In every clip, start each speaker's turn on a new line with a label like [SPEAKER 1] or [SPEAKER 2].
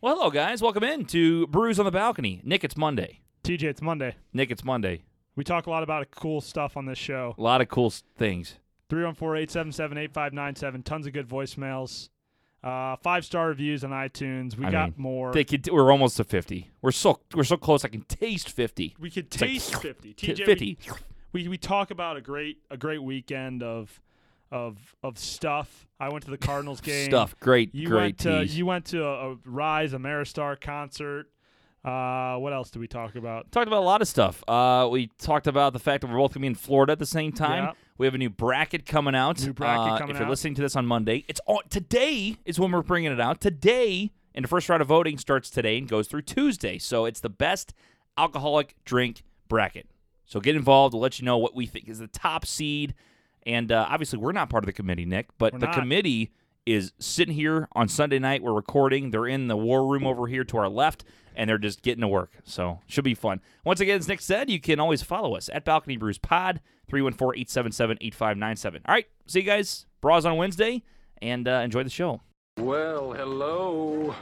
[SPEAKER 1] Well, hello, guys. Welcome in to Brews on the Balcony. Nick, it's Monday.
[SPEAKER 2] TJ, it's Monday.
[SPEAKER 1] Nick, it's Monday.
[SPEAKER 2] We talk a lot about cool stuff on this show.
[SPEAKER 1] A lot of cool s- things.
[SPEAKER 2] 314-877-8597. Tons of good voicemails. Uh, five star reviews on iTunes. We
[SPEAKER 1] I
[SPEAKER 2] got
[SPEAKER 1] mean,
[SPEAKER 2] more.
[SPEAKER 1] They could, we're almost to 50. We're so we're so close. I can taste 50.
[SPEAKER 2] we could
[SPEAKER 1] like
[SPEAKER 2] taste 50.
[SPEAKER 1] T-
[SPEAKER 2] TJ, we-
[SPEAKER 1] 50.
[SPEAKER 2] We, we talk about a great a great weekend of of of stuff. I went to the Cardinals game.
[SPEAKER 1] Stuff. Great,
[SPEAKER 2] You uh,
[SPEAKER 1] great
[SPEAKER 2] went to,
[SPEAKER 1] teas.
[SPEAKER 2] you went to a, a Rise Ameristar concert. Uh, what else did we talk about?
[SPEAKER 1] talked about a lot of stuff. Uh, we talked about the fact that we're both going to be in Florida at the same time.
[SPEAKER 2] Yeah.
[SPEAKER 1] We have a new bracket coming out.
[SPEAKER 2] New bracket
[SPEAKER 1] Uh,
[SPEAKER 2] coming
[SPEAKER 1] If you're
[SPEAKER 2] out.
[SPEAKER 1] listening to this on Monday, it's on today is when we're bringing it out. Today, and the first round of voting starts today and goes through Tuesday. So it's the best alcoholic drink bracket. So get involved. We'll let you know what we think is the top seed. And uh, obviously, we're not part of the committee, Nick, but
[SPEAKER 2] We're
[SPEAKER 1] the
[SPEAKER 2] not.
[SPEAKER 1] committee is sitting here on Sunday night. We're recording. They're in the war room over here to our left, and they're just getting to work. So should be fun. Once again, as Nick said, you can always follow us at Balcony Brews Pod, 314-877-8597. All right. See you guys. Bras on Wednesday, and uh, enjoy the show.
[SPEAKER 3] Well, hello.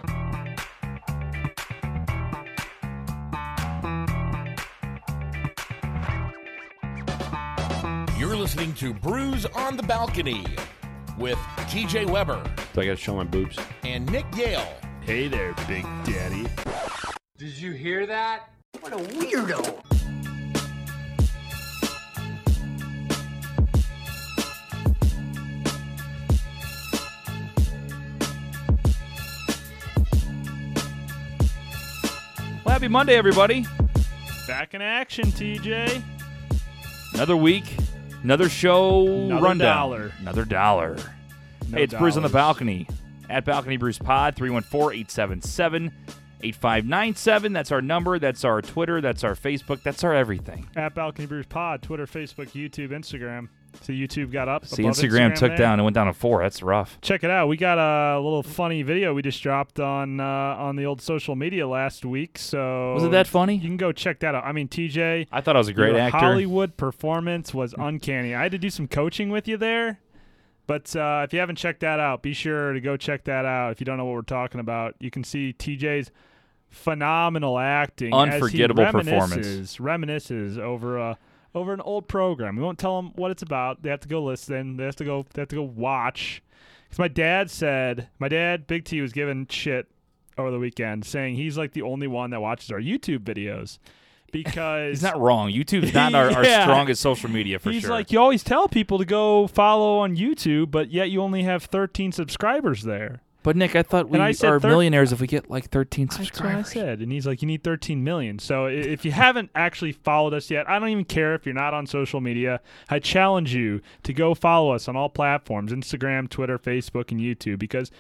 [SPEAKER 4] You're listening to Brews on the Balcony with TJ Weber
[SPEAKER 5] Do I gotta show my boobs?
[SPEAKER 4] and Nick Yale.
[SPEAKER 2] Hey there, Big Daddy.
[SPEAKER 3] Did you hear that?
[SPEAKER 1] Well, happy Monday, everybody.
[SPEAKER 2] Back in action, TJ.
[SPEAKER 1] Another week, another show
[SPEAKER 2] Another
[SPEAKER 1] rundown.
[SPEAKER 2] dollar.
[SPEAKER 1] Another dollar.
[SPEAKER 2] No
[SPEAKER 1] hey, it's Brews on the
[SPEAKER 2] dollars.
[SPEAKER 1] Balcony at Balcony Brews Pod, 314 877 8597. That's our number. That's our Twitter. That's our Facebook. That's our everything.
[SPEAKER 2] at Balcony Brews Pod, Twitter, Facebook, YouTube, Instagram. So YouTube got up.
[SPEAKER 1] See,
[SPEAKER 2] above
[SPEAKER 1] Instagram, took
[SPEAKER 2] there.
[SPEAKER 1] down. It went down to four. That's rough.
[SPEAKER 2] Check it out. We got a little funny video we just dropped on uh, on the old social media last week. So
[SPEAKER 1] Was it that funny?
[SPEAKER 2] You can go check that out. I mean, TJ,
[SPEAKER 1] I thought I was a great
[SPEAKER 2] your
[SPEAKER 1] actor.
[SPEAKER 2] Hollywood performance was uncanny. I had to do some coaching with you there. But uh, if you haven't checked that out, be sure to go check that out. If you don't know what we're talking about, you can see TJ's phenomenal acting, as he
[SPEAKER 1] Unforgettable performance.
[SPEAKER 2] reminisces- Reminisces over a over an old program. We won't tell them what it's about. They have to go listen. They have to go. They have to go watch. Because my dad said, my dad Big T was giving shit over the weekend, saying he's like the only one that watches our YouTube videos because
[SPEAKER 1] He's not wrong. YouTube's not our, our
[SPEAKER 2] Yeah.
[SPEAKER 1] strongest social media for
[SPEAKER 2] He's
[SPEAKER 1] sure.
[SPEAKER 2] like, you always tell people to go follow on YouTube, but yet you only have 13 subscribers there.
[SPEAKER 1] but Nick, I thought we
[SPEAKER 2] I said
[SPEAKER 1] are
[SPEAKER 2] thir-
[SPEAKER 1] millionaires if we get like 13
[SPEAKER 2] That's what I
[SPEAKER 1] subscribers.
[SPEAKER 2] said. And he's like, you need 13 million. So i- if you haven't actually followed us yet, I don't even care if you're not on social media. I challenge you to go follow us on all platforms Instagram, Twitter, Facebook, and YouTube because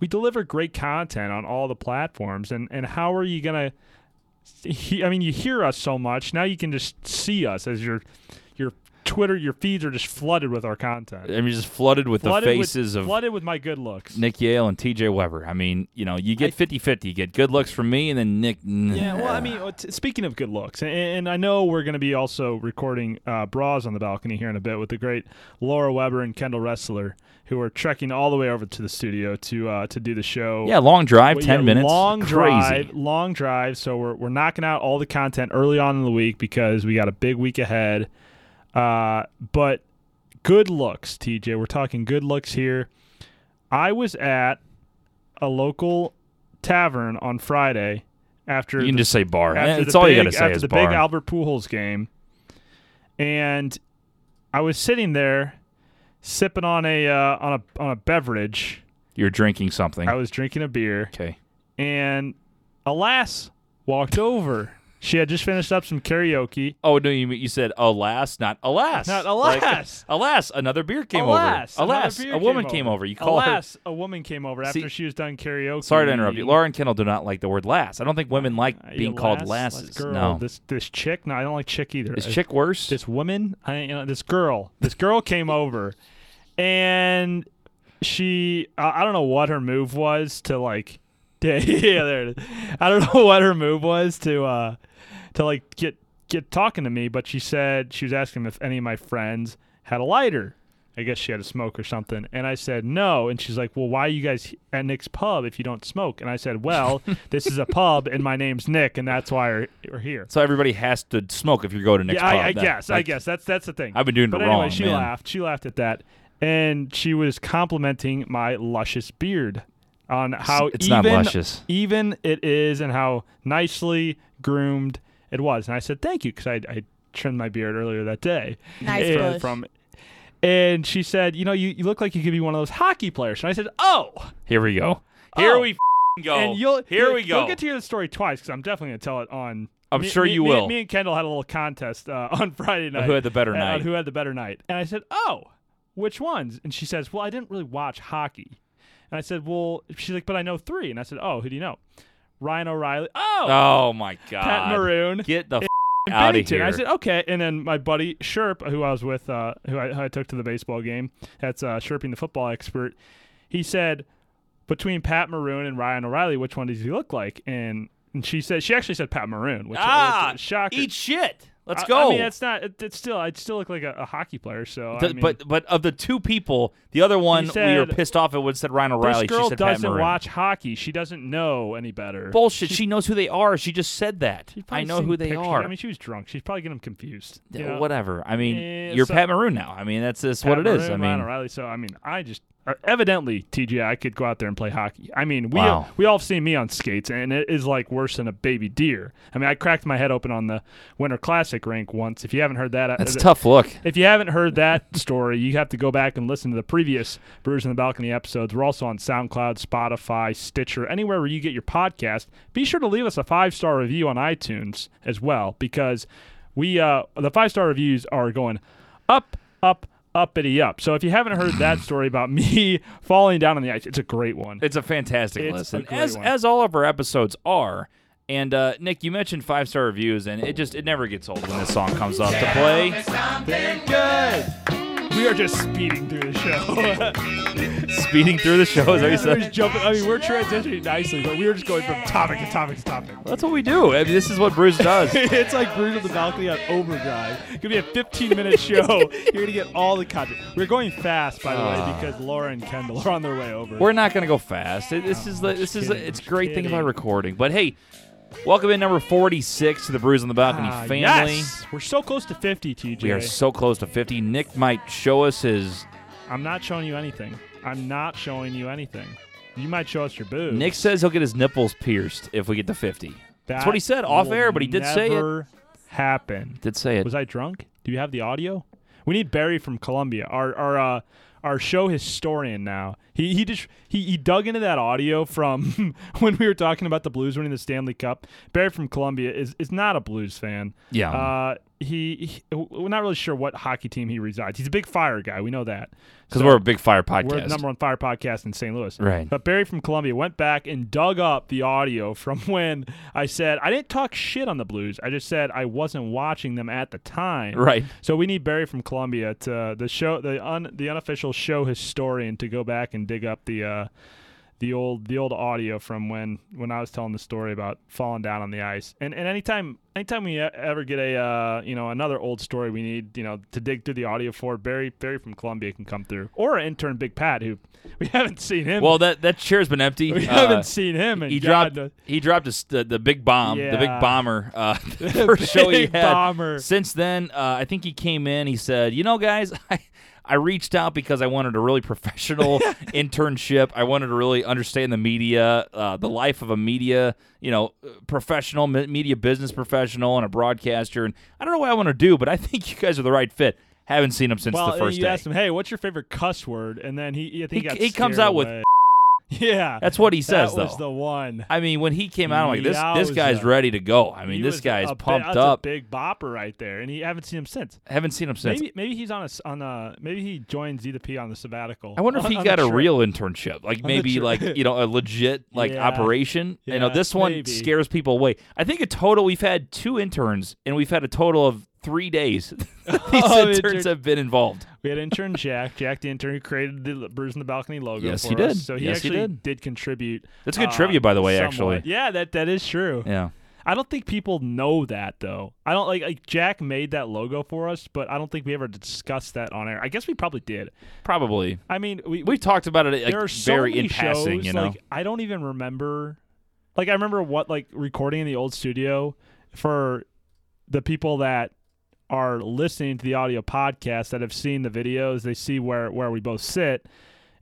[SPEAKER 2] we deliver great content on all the platforms. And, and how are you going to. He, I mean, you hear us so much. Now you can just see us as your your Twitter, your feeds are just flooded with our content.
[SPEAKER 1] I mean, just flooded with the
[SPEAKER 2] Flooded with-
[SPEAKER 1] faces of
[SPEAKER 2] flooded with my good looks.
[SPEAKER 1] Nick Yale and TJ Weber. I mean, you know, you get 50 50. You get good looks from me, and then Nick.
[SPEAKER 2] Yeah, well, I mean, uh, t- speaking of good looks, and, and I know we're going to be also recording uh, Bras on the Balcony here in a bit with the great Laura Weber and Kendall Wrestler, who are trekking all the way over to the studio to uh, to do the show.
[SPEAKER 1] Yeah, long drive,
[SPEAKER 2] Well,
[SPEAKER 1] 10
[SPEAKER 2] yeah,
[SPEAKER 1] minutes.
[SPEAKER 2] Long
[SPEAKER 1] Crazy.
[SPEAKER 2] drive, long drive. So we're, we're knocking out all the content early on in the week because we got a big week ahead. Uh, but good looks, TJ. We're talking good looks here. I was at a local tavern on Friday after
[SPEAKER 1] You can
[SPEAKER 2] the
[SPEAKER 1] just say bar.
[SPEAKER 2] after
[SPEAKER 1] That's
[SPEAKER 2] the
[SPEAKER 1] all
[SPEAKER 2] big,
[SPEAKER 1] you got to say
[SPEAKER 2] after
[SPEAKER 1] is
[SPEAKER 2] the
[SPEAKER 1] bar.
[SPEAKER 2] big Albert Pujols game, and I was sitting there sipping on a uh, on a on a beverage.
[SPEAKER 1] You're drinking something.
[SPEAKER 2] I was drinking a beer,
[SPEAKER 1] okay.
[SPEAKER 2] and alas, walked over. She had just finished up some karaoke.
[SPEAKER 1] Oh, no, you mean- you said alas, not alas.
[SPEAKER 2] Not
[SPEAKER 1] Like,
[SPEAKER 2] alas.
[SPEAKER 1] alas, another beer came
[SPEAKER 2] alas,
[SPEAKER 1] over.
[SPEAKER 2] another
[SPEAKER 1] Alas,
[SPEAKER 2] beer
[SPEAKER 1] a woman came over. You call her.
[SPEAKER 2] alas, Mm. a woman came over after
[SPEAKER 1] See-
[SPEAKER 2] she was done karaoke.
[SPEAKER 1] Sorry to interrupt you. Laura and Kendall do not like the word lass. I don't think women like
[SPEAKER 2] Uh,
[SPEAKER 1] being
[SPEAKER 2] alas,
[SPEAKER 1] called
[SPEAKER 2] alas,
[SPEAKER 1] lasses.
[SPEAKER 2] Girl,
[SPEAKER 1] no.
[SPEAKER 2] this this chick. No, I don't like chick either.
[SPEAKER 1] Is
[SPEAKER 2] I-
[SPEAKER 1] chick worse?
[SPEAKER 2] this woman, I, you know, this girl, this girl came over, and she, I I don't know what her move was to like, yeah, there it is. I don't know what her move was to, uh, to like get get talking to me, but she said she was asking if any of my friends had a lighter. I guess she had a smoke or something. And I said, no. And she's like, well, why are you guys at Nick's pub if you don't smoke? And I said, well, this is a pub and my name's Nick, and that's why we're- we're here.
[SPEAKER 1] So everybody has to smoke if you go to Nick's
[SPEAKER 2] yeah, I,
[SPEAKER 1] pub.
[SPEAKER 2] I
[SPEAKER 1] That-
[SPEAKER 2] guess. I
[SPEAKER 1] that's-
[SPEAKER 2] guess that's that's the thing.
[SPEAKER 1] I've been doing
[SPEAKER 2] but
[SPEAKER 1] it
[SPEAKER 2] anyway,
[SPEAKER 1] wrong,
[SPEAKER 2] She
[SPEAKER 1] man.
[SPEAKER 2] laughed. She laughed at that, and she was complimenting my luscious beard on how
[SPEAKER 1] it's
[SPEAKER 2] even,
[SPEAKER 1] not luscious.
[SPEAKER 2] even it is, and how nicely groomed it was. And I said thank you because I, I trimmed my beard earlier that day.
[SPEAKER 6] Nice
[SPEAKER 2] And
[SPEAKER 6] bush.
[SPEAKER 2] from. And she said, "You know, you, you look like you could be one of those hockey players." And I said, "Oh,
[SPEAKER 1] Here we go. Here
[SPEAKER 2] Oh.
[SPEAKER 1] we f***ing go.
[SPEAKER 2] and you'll
[SPEAKER 1] Here
[SPEAKER 2] you'll-
[SPEAKER 1] we go.
[SPEAKER 2] You'll get to hear the story twice because I'm definitely going to tell it on.
[SPEAKER 1] I'm
[SPEAKER 2] me-
[SPEAKER 1] sure
[SPEAKER 2] me-
[SPEAKER 1] you
[SPEAKER 2] me-
[SPEAKER 1] will.
[SPEAKER 2] Me and Kendall had a little contest uh, on Friday night.
[SPEAKER 1] who had the better
[SPEAKER 2] uh, on
[SPEAKER 1] night.
[SPEAKER 2] Who had the better night? And I said, "Oh, which ones?" And she says, "Well, I didn't really watch hockey." And I said, "Well," she's like, "But I know three. And I said, "Oh, who do you know?" Ryan O'Reilly. Oh,
[SPEAKER 1] oh my god.
[SPEAKER 2] Pat Maroon.
[SPEAKER 1] Get the f-
[SPEAKER 2] and
[SPEAKER 1] out of
[SPEAKER 2] Bennington.
[SPEAKER 1] here.
[SPEAKER 2] I said, okay. And then my buddy Sherp, who I was with, uh, who, I, who I took to the baseball game, that's uh, Sherping the football expert, he said, between Pat Maroon and Ryan O'Reilly, which one does he look like? And, and she said, she actually said Pat Maroon, which
[SPEAKER 1] ah,
[SPEAKER 2] was a shocker.
[SPEAKER 1] eat shit. Let's
[SPEAKER 2] I-
[SPEAKER 1] go.
[SPEAKER 2] I, mean, that's not, it, it's still, I'd still look like a, a hockey player. So, I
[SPEAKER 1] Th-
[SPEAKER 2] mean,
[SPEAKER 1] but but of the two people, the other one we were
[SPEAKER 2] said-
[SPEAKER 1] pissed off at would said Ryan
[SPEAKER 2] this
[SPEAKER 1] O'Reilly.
[SPEAKER 2] girl
[SPEAKER 1] she said Pat
[SPEAKER 2] doesn't
[SPEAKER 1] Maroon.
[SPEAKER 2] watch hockey. She doesn't know any better.
[SPEAKER 1] Bullshit. She, knows who they are. She just said that.
[SPEAKER 2] She's probably
[SPEAKER 1] I know
[SPEAKER 2] seen
[SPEAKER 1] who they
[SPEAKER 2] pictures.
[SPEAKER 1] are.
[SPEAKER 2] I mean, she was drunk. She's probably getting them confused.
[SPEAKER 1] Th-
[SPEAKER 2] you know?
[SPEAKER 1] Whatever. I mean,
[SPEAKER 2] Yeah,
[SPEAKER 1] you're
[SPEAKER 2] so-
[SPEAKER 1] Pat Maroon now. I mean, that's just what it
[SPEAKER 2] Pat
[SPEAKER 1] is.
[SPEAKER 2] Maroon,
[SPEAKER 1] I
[SPEAKER 2] Ryan
[SPEAKER 1] mean,
[SPEAKER 2] O'Reilly. So I mean, I just uh, evidently TJ, I could go out there and play hockey. I mean, we
[SPEAKER 1] Wow.
[SPEAKER 2] we all have seen me on skates, and it is like worse than a baby deer. I mean, I cracked my head open on the Winter Classic rink once. If you haven't heard that,
[SPEAKER 1] that's
[SPEAKER 2] uh,
[SPEAKER 1] a tough look.
[SPEAKER 2] If you haven't heard that story, you have to go back and listen to the previous Brewers in the Balcony episodes. We're also on SoundCloud, Spotify, Stitcher, anywhere where you get your podcast. Be sure to leave us a five star review on iTunes as well, because we uh, the five star reviews are going up, up, uppity up. So if you haven't heard that story about me falling down on the ice, it's a great one.
[SPEAKER 1] It's a fantastic
[SPEAKER 2] It's
[SPEAKER 1] list,
[SPEAKER 2] a
[SPEAKER 1] and
[SPEAKER 2] great
[SPEAKER 1] as
[SPEAKER 2] one.
[SPEAKER 1] as all of our episodes are. And uh, Nick, you mentioned five star reviews, and it just it never gets old when this song comes up to play.
[SPEAKER 2] We are just speeding through the show.
[SPEAKER 1] Speeding through the show, is that what you
[SPEAKER 2] we're
[SPEAKER 1] said?
[SPEAKER 2] just jumping. I mean, we're transitioning nicely, but we were just going from topic to topic to topic.
[SPEAKER 1] That's what we do. I mean, this is what Bruce does.
[SPEAKER 7] it's like Bruce on the balcony on overdrive.
[SPEAKER 2] It's gonna be a 15 minute show.
[SPEAKER 7] You're gonna get all the content. We're going fast, by the way, because Laura and Kendall are on their way over.
[SPEAKER 1] Ah. We're not gonna go fast. It- This is the, this is
[SPEAKER 2] kidding,
[SPEAKER 1] it's a
[SPEAKER 2] just
[SPEAKER 1] great thing about
[SPEAKER 2] kidding.
[SPEAKER 1] recording. But hey, welcome in number forty six to the Brews on the Balcony
[SPEAKER 2] Ah,
[SPEAKER 1] family.
[SPEAKER 2] yes. We're so close to 50, TJ.
[SPEAKER 1] We are so close to fifty. Nick might show us his.
[SPEAKER 2] I'm not showing you anything. I'm not showing you anything. You might show us your boobs.
[SPEAKER 1] Nick says he'll get his nipples pierced if we get to fifty.
[SPEAKER 2] That
[SPEAKER 1] That's what he said off
[SPEAKER 2] will
[SPEAKER 1] air, but he did say it.
[SPEAKER 2] never happen.
[SPEAKER 1] Did say it.
[SPEAKER 2] Was I drunk? Do you have the audio? We need Barry from Columbia, our our uh, our show historian now. He he just he, he dug into that audio from when we were talking about the Blues winning the Stanley Cup. Barry from Columbia is is not a Blues fan.
[SPEAKER 1] Yeah.
[SPEAKER 2] Uh, he, he- we're not really sure what hockey team he resides. He's a big Fire guy. We know that
[SPEAKER 1] Because we're a big fire podcast.
[SPEAKER 2] we're the number one fire podcast in St. Louis.
[SPEAKER 1] Right.
[SPEAKER 2] But Barry from Columbia went back and dug up the audio from when I said I didn't talk shit on the Blues. I just said I wasn't watching them at the time.
[SPEAKER 1] Right.
[SPEAKER 2] So we need Barry from Columbia to uh, the show the un, the unofficial show historian to go back and dig up the uh, the old the old audio from when when I was telling the story about falling down on the ice. And and anytime anytime we e- ever get a uh, you know another old story we need you know to dig through the audio for Barry Barry from Columbia can come through or intern Big Pat who we haven't seen him.
[SPEAKER 1] Well, that that chair's been empty.
[SPEAKER 2] we
[SPEAKER 1] Uh,
[SPEAKER 2] haven't seen him. And
[SPEAKER 1] he dropped.
[SPEAKER 2] God,
[SPEAKER 1] He dropped his, the, the big bomb, the big
[SPEAKER 2] Yeah.
[SPEAKER 1] bomber. Uh, the first show he
[SPEAKER 2] big
[SPEAKER 1] had.
[SPEAKER 2] bomber.
[SPEAKER 1] Since then, uh, I think he came in. He said, "You know, guys, I, I reached out because I wanted a really professional internship. I wanted to really understand the media, uh, the life of a media, you know, uh, professional, me- media business professional, and a broadcaster. And I don't know what I want to do, but I think you guys are the right fit. Haven't seen him since
[SPEAKER 2] well,
[SPEAKER 1] the first
[SPEAKER 2] you
[SPEAKER 1] day.
[SPEAKER 2] asked him, "Hey, what's your favorite cuss word?" And then he I think
[SPEAKER 1] He-
[SPEAKER 2] got
[SPEAKER 1] he comes
[SPEAKER 2] scared
[SPEAKER 1] out with
[SPEAKER 2] away. yeah.
[SPEAKER 1] That's what he says,
[SPEAKER 2] that was
[SPEAKER 1] though.
[SPEAKER 2] the one.
[SPEAKER 1] I mean, when he came out, I'm like, this this
[SPEAKER 2] Yowza.
[SPEAKER 1] guy's ready to go. I mean,
[SPEAKER 2] He
[SPEAKER 1] this
[SPEAKER 2] was
[SPEAKER 1] guy's
[SPEAKER 2] a bi-
[SPEAKER 1] pumped
[SPEAKER 2] that's
[SPEAKER 1] up.
[SPEAKER 2] A big bopper right there, and you haven't seen him since.
[SPEAKER 1] Haven't seen him since.
[SPEAKER 2] Maybe maybe he's on a s- on a maybe he joined Z the P on the sabbatical.
[SPEAKER 1] I wonder if
[SPEAKER 2] On-
[SPEAKER 1] he
[SPEAKER 2] on
[SPEAKER 1] got
[SPEAKER 2] the
[SPEAKER 1] a
[SPEAKER 2] trip.
[SPEAKER 1] real internship, like maybe
[SPEAKER 2] trip.
[SPEAKER 1] like you know a legit like
[SPEAKER 2] Yeah.
[SPEAKER 1] operation. you know,
[SPEAKER 2] Yeah,
[SPEAKER 1] this one
[SPEAKER 2] maybe.
[SPEAKER 1] scares people away. I think a total we've had two interns, and we've had a total of three days. These
[SPEAKER 2] Oh,
[SPEAKER 1] interns
[SPEAKER 2] intern-
[SPEAKER 1] have been involved.
[SPEAKER 2] We had intern Jack, Jack the intern who created the Bruise in the Balcony logo.
[SPEAKER 1] Yes,
[SPEAKER 2] for
[SPEAKER 1] he did.
[SPEAKER 2] us. So he
[SPEAKER 1] Yes, he
[SPEAKER 2] actually
[SPEAKER 1] did.
[SPEAKER 2] contribute.
[SPEAKER 1] That's good
[SPEAKER 2] uh,
[SPEAKER 1] trivia, by the way, actually.
[SPEAKER 2] somewhat. yeah, that that is true.
[SPEAKER 1] Yeah,
[SPEAKER 2] I don't think people know that though. I don't like like Jack made that logo for us, but I don't think we ever discussed that on air. I guess we probably did.
[SPEAKER 1] Probably.
[SPEAKER 2] I mean, we,
[SPEAKER 1] We've talked about it like,
[SPEAKER 2] there are so
[SPEAKER 1] very
[SPEAKER 2] many
[SPEAKER 1] in passing,
[SPEAKER 2] shows,
[SPEAKER 1] you know.
[SPEAKER 2] Like I don't even remember. Like I remember what like recording in the old studio for the people that are listening to the audio podcast that have seen the videos. They see where where we both sit.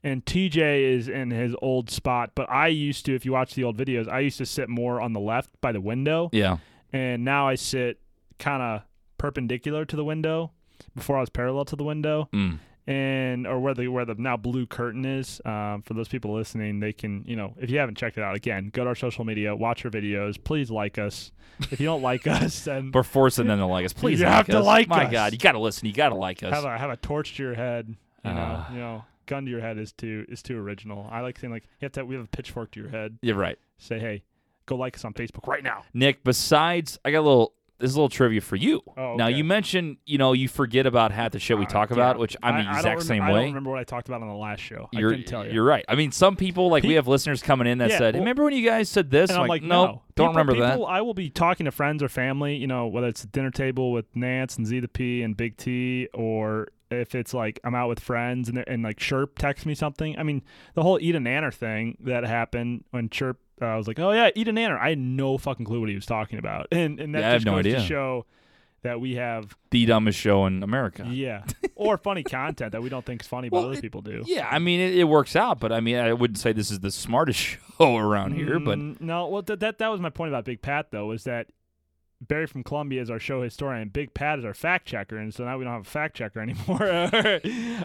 [SPEAKER 2] And TJ is in his old spot, but I used to, if you watch the old videos, I used to sit more on the left by the window
[SPEAKER 1] yeah.
[SPEAKER 2] and now I sit kind of perpendicular to the window. Before I was parallel to the window,
[SPEAKER 1] Mm.
[SPEAKER 2] and or where the where the now blue curtain is. Um, for those people listening, they can you know if you haven't checked it out again, go to our social media, watch our videos. Please like us. If you don't like us, then
[SPEAKER 1] We're forcing them to like us. Please,
[SPEAKER 2] You
[SPEAKER 1] like
[SPEAKER 2] have to
[SPEAKER 1] us.
[SPEAKER 2] like
[SPEAKER 1] My
[SPEAKER 2] us.
[SPEAKER 1] God, you gotta listen. You gotta like us.
[SPEAKER 2] have a have a torch to your head. You know,
[SPEAKER 1] Uh.
[SPEAKER 2] you know, gun to your head is too is too original. I like saying like you have to we have a pitchfork to your head.
[SPEAKER 1] You're right,
[SPEAKER 2] Say hey, go like us on Facebook right now.
[SPEAKER 1] Nick. Besides, I got a little. This is a little trivia for you.
[SPEAKER 2] Oh,
[SPEAKER 1] Now
[SPEAKER 2] okay. Uh,
[SPEAKER 1] you mentioned you know you forget about half the shit we talk about, which I'm
[SPEAKER 2] I-
[SPEAKER 1] the
[SPEAKER 2] I don't
[SPEAKER 1] exact
[SPEAKER 2] remem-
[SPEAKER 1] same
[SPEAKER 2] I
[SPEAKER 1] way.
[SPEAKER 2] don't remember what I talked about on the last show.
[SPEAKER 1] you're,
[SPEAKER 2] I can tell you.
[SPEAKER 1] are right. I mean, some people like we
[SPEAKER 2] Pe-
[SPEAKER 1] have listeners coming in that
[SPEAKER 2] Yeah,
[SPEAKER 1] said,
[SPEAKER 2] well-
[SPEAKER 1] "Remember when you guys said this?"
[SPEAKER 2] And I'm like,
[SPEAKER 1] "Nope,
[SPEAKER 2] no,
[SPEAKER 1] don't
[SPEAKER 2] People-
[SPEAKER 1] remember
[SPEAKER 2] people- I will be talking to friends or family, you know, whether it's the dinner table with Nance and Z the P and Big T, or if it's like I'm out with friends and they're- and like Chirp texts me something. I mean, the whole eat a nanner thing that happened when Chirp, uh, I was like, oh yeah, eat a nanner. I had no fucking clue what he was talking about, and and that
[SPEAKER 1] Yeah, I have
[SPEAKER 2] just
[SPEAKER 1] no
[SPEAKER 2] goes
[SPEAKER 1] idea.
[SPEAKER 2] to show that we have
[SPEAKER 1] that. The dumbest show in America.
[SPEAKER 2] yeah, or funny content that we don't think is funny, but
[SPEAKER 1] Well,
[SPEAKER 2] other
[SPEAKER 1] it-
[SPEAKER 2] people do.
[SPEAKER 1] Yeah, I mean, it, it works out, but I mean, I wouldn't say this is the smartest show around here. But
[SPEAKER 2] Mm, no, well th- that that was my point about Big Pat though is that Barry from Columbia is our show historian, and Big Pat is our fact checker, and so now we don't have a fact checker anymore.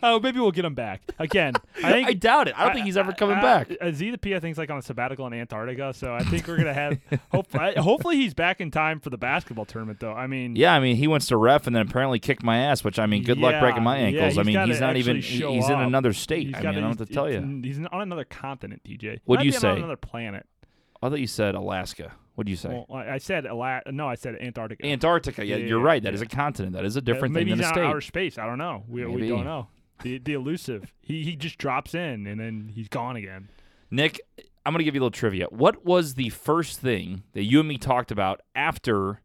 [SPEAKER 2] oh, maybe we'll get him back again. I think
[SPEAKER 1] I doubt it. I don't think he's ever coming back.
[SPEAKER 2] Uh, Z the P I think is like on a sabbatical in Antarctica, so I think we're gonna have. hopefully, hopefully he's back in time for the basketball tournament though. I mean,
[SPEAKER 1] Yeah, I mean, he wants to ref and then apparently kicked my ass, which I mean, good luck
[SPEAKER 2] Yeah,
[SPEAKER 1] breaking my
[SPEAKER 2] yeah,
[SPEAKER 1] ankles. I
[SPEAKER 2] he's
[SPEAKER 1] mean,
[SPEAKER 2] gotta
[SPEAKER 1] he's not even
[SPEAKER 2] actually
[SPEAKER 1] he-
[SPEAKER 2] show
[SPEAKER 1] he's in
[SPEAKER 2] up.
[SPEAKER 1] another state.
[SPEAKER 2] he's
[SPEAKER 1] I mean,
[SPEAKER 2] gotta-
[SPEAKER 1] I don't have to
[SPEAKER 2] he's-
[SPEAKER 1] tell you.
[SPEAKER 2] He's on another continent, DJ.
[SPEAKER 1] What do
[SPEAKER 2] Might
[SPEAKER 1] you
[SPEAKER 2] be On
[SPEAKER 1] say?
[SPEAKER 2] another planet.
[SPEAKER 1] I thought you said Alaska. What do you say?
[SPEAKER 2] Well, I I said Ala- No, I said Antarctica.
[SPEAKER 1] Antarctica. Yeah,
[SPEAKER 2] Yeah,
[SPEAKER 1] you're
[SPEAKER 2] yeah,
[SPEAKER 1] right. That is
[SPEAKER 2] yeah.
[SPEAKER 1] a continent. That is a different
[SPEAKER 2] maybe
[SPEAKER 1] thing than
[SPEAKER 2] he's
[SPEAKER 1] a
[SPEAKER 2] out
[SPEAKER 1] state.
[SPEAKER 2] of outer space. I don't know. We, we
[SPEAKER 1] Maybe.
[SPEAKER 2] don't know. The the elusive. He he just drops in and then he's gone again.
[SPEAKER 1] Nick, I'm going to give you a little trivia. What was the first thing that you and me talked about after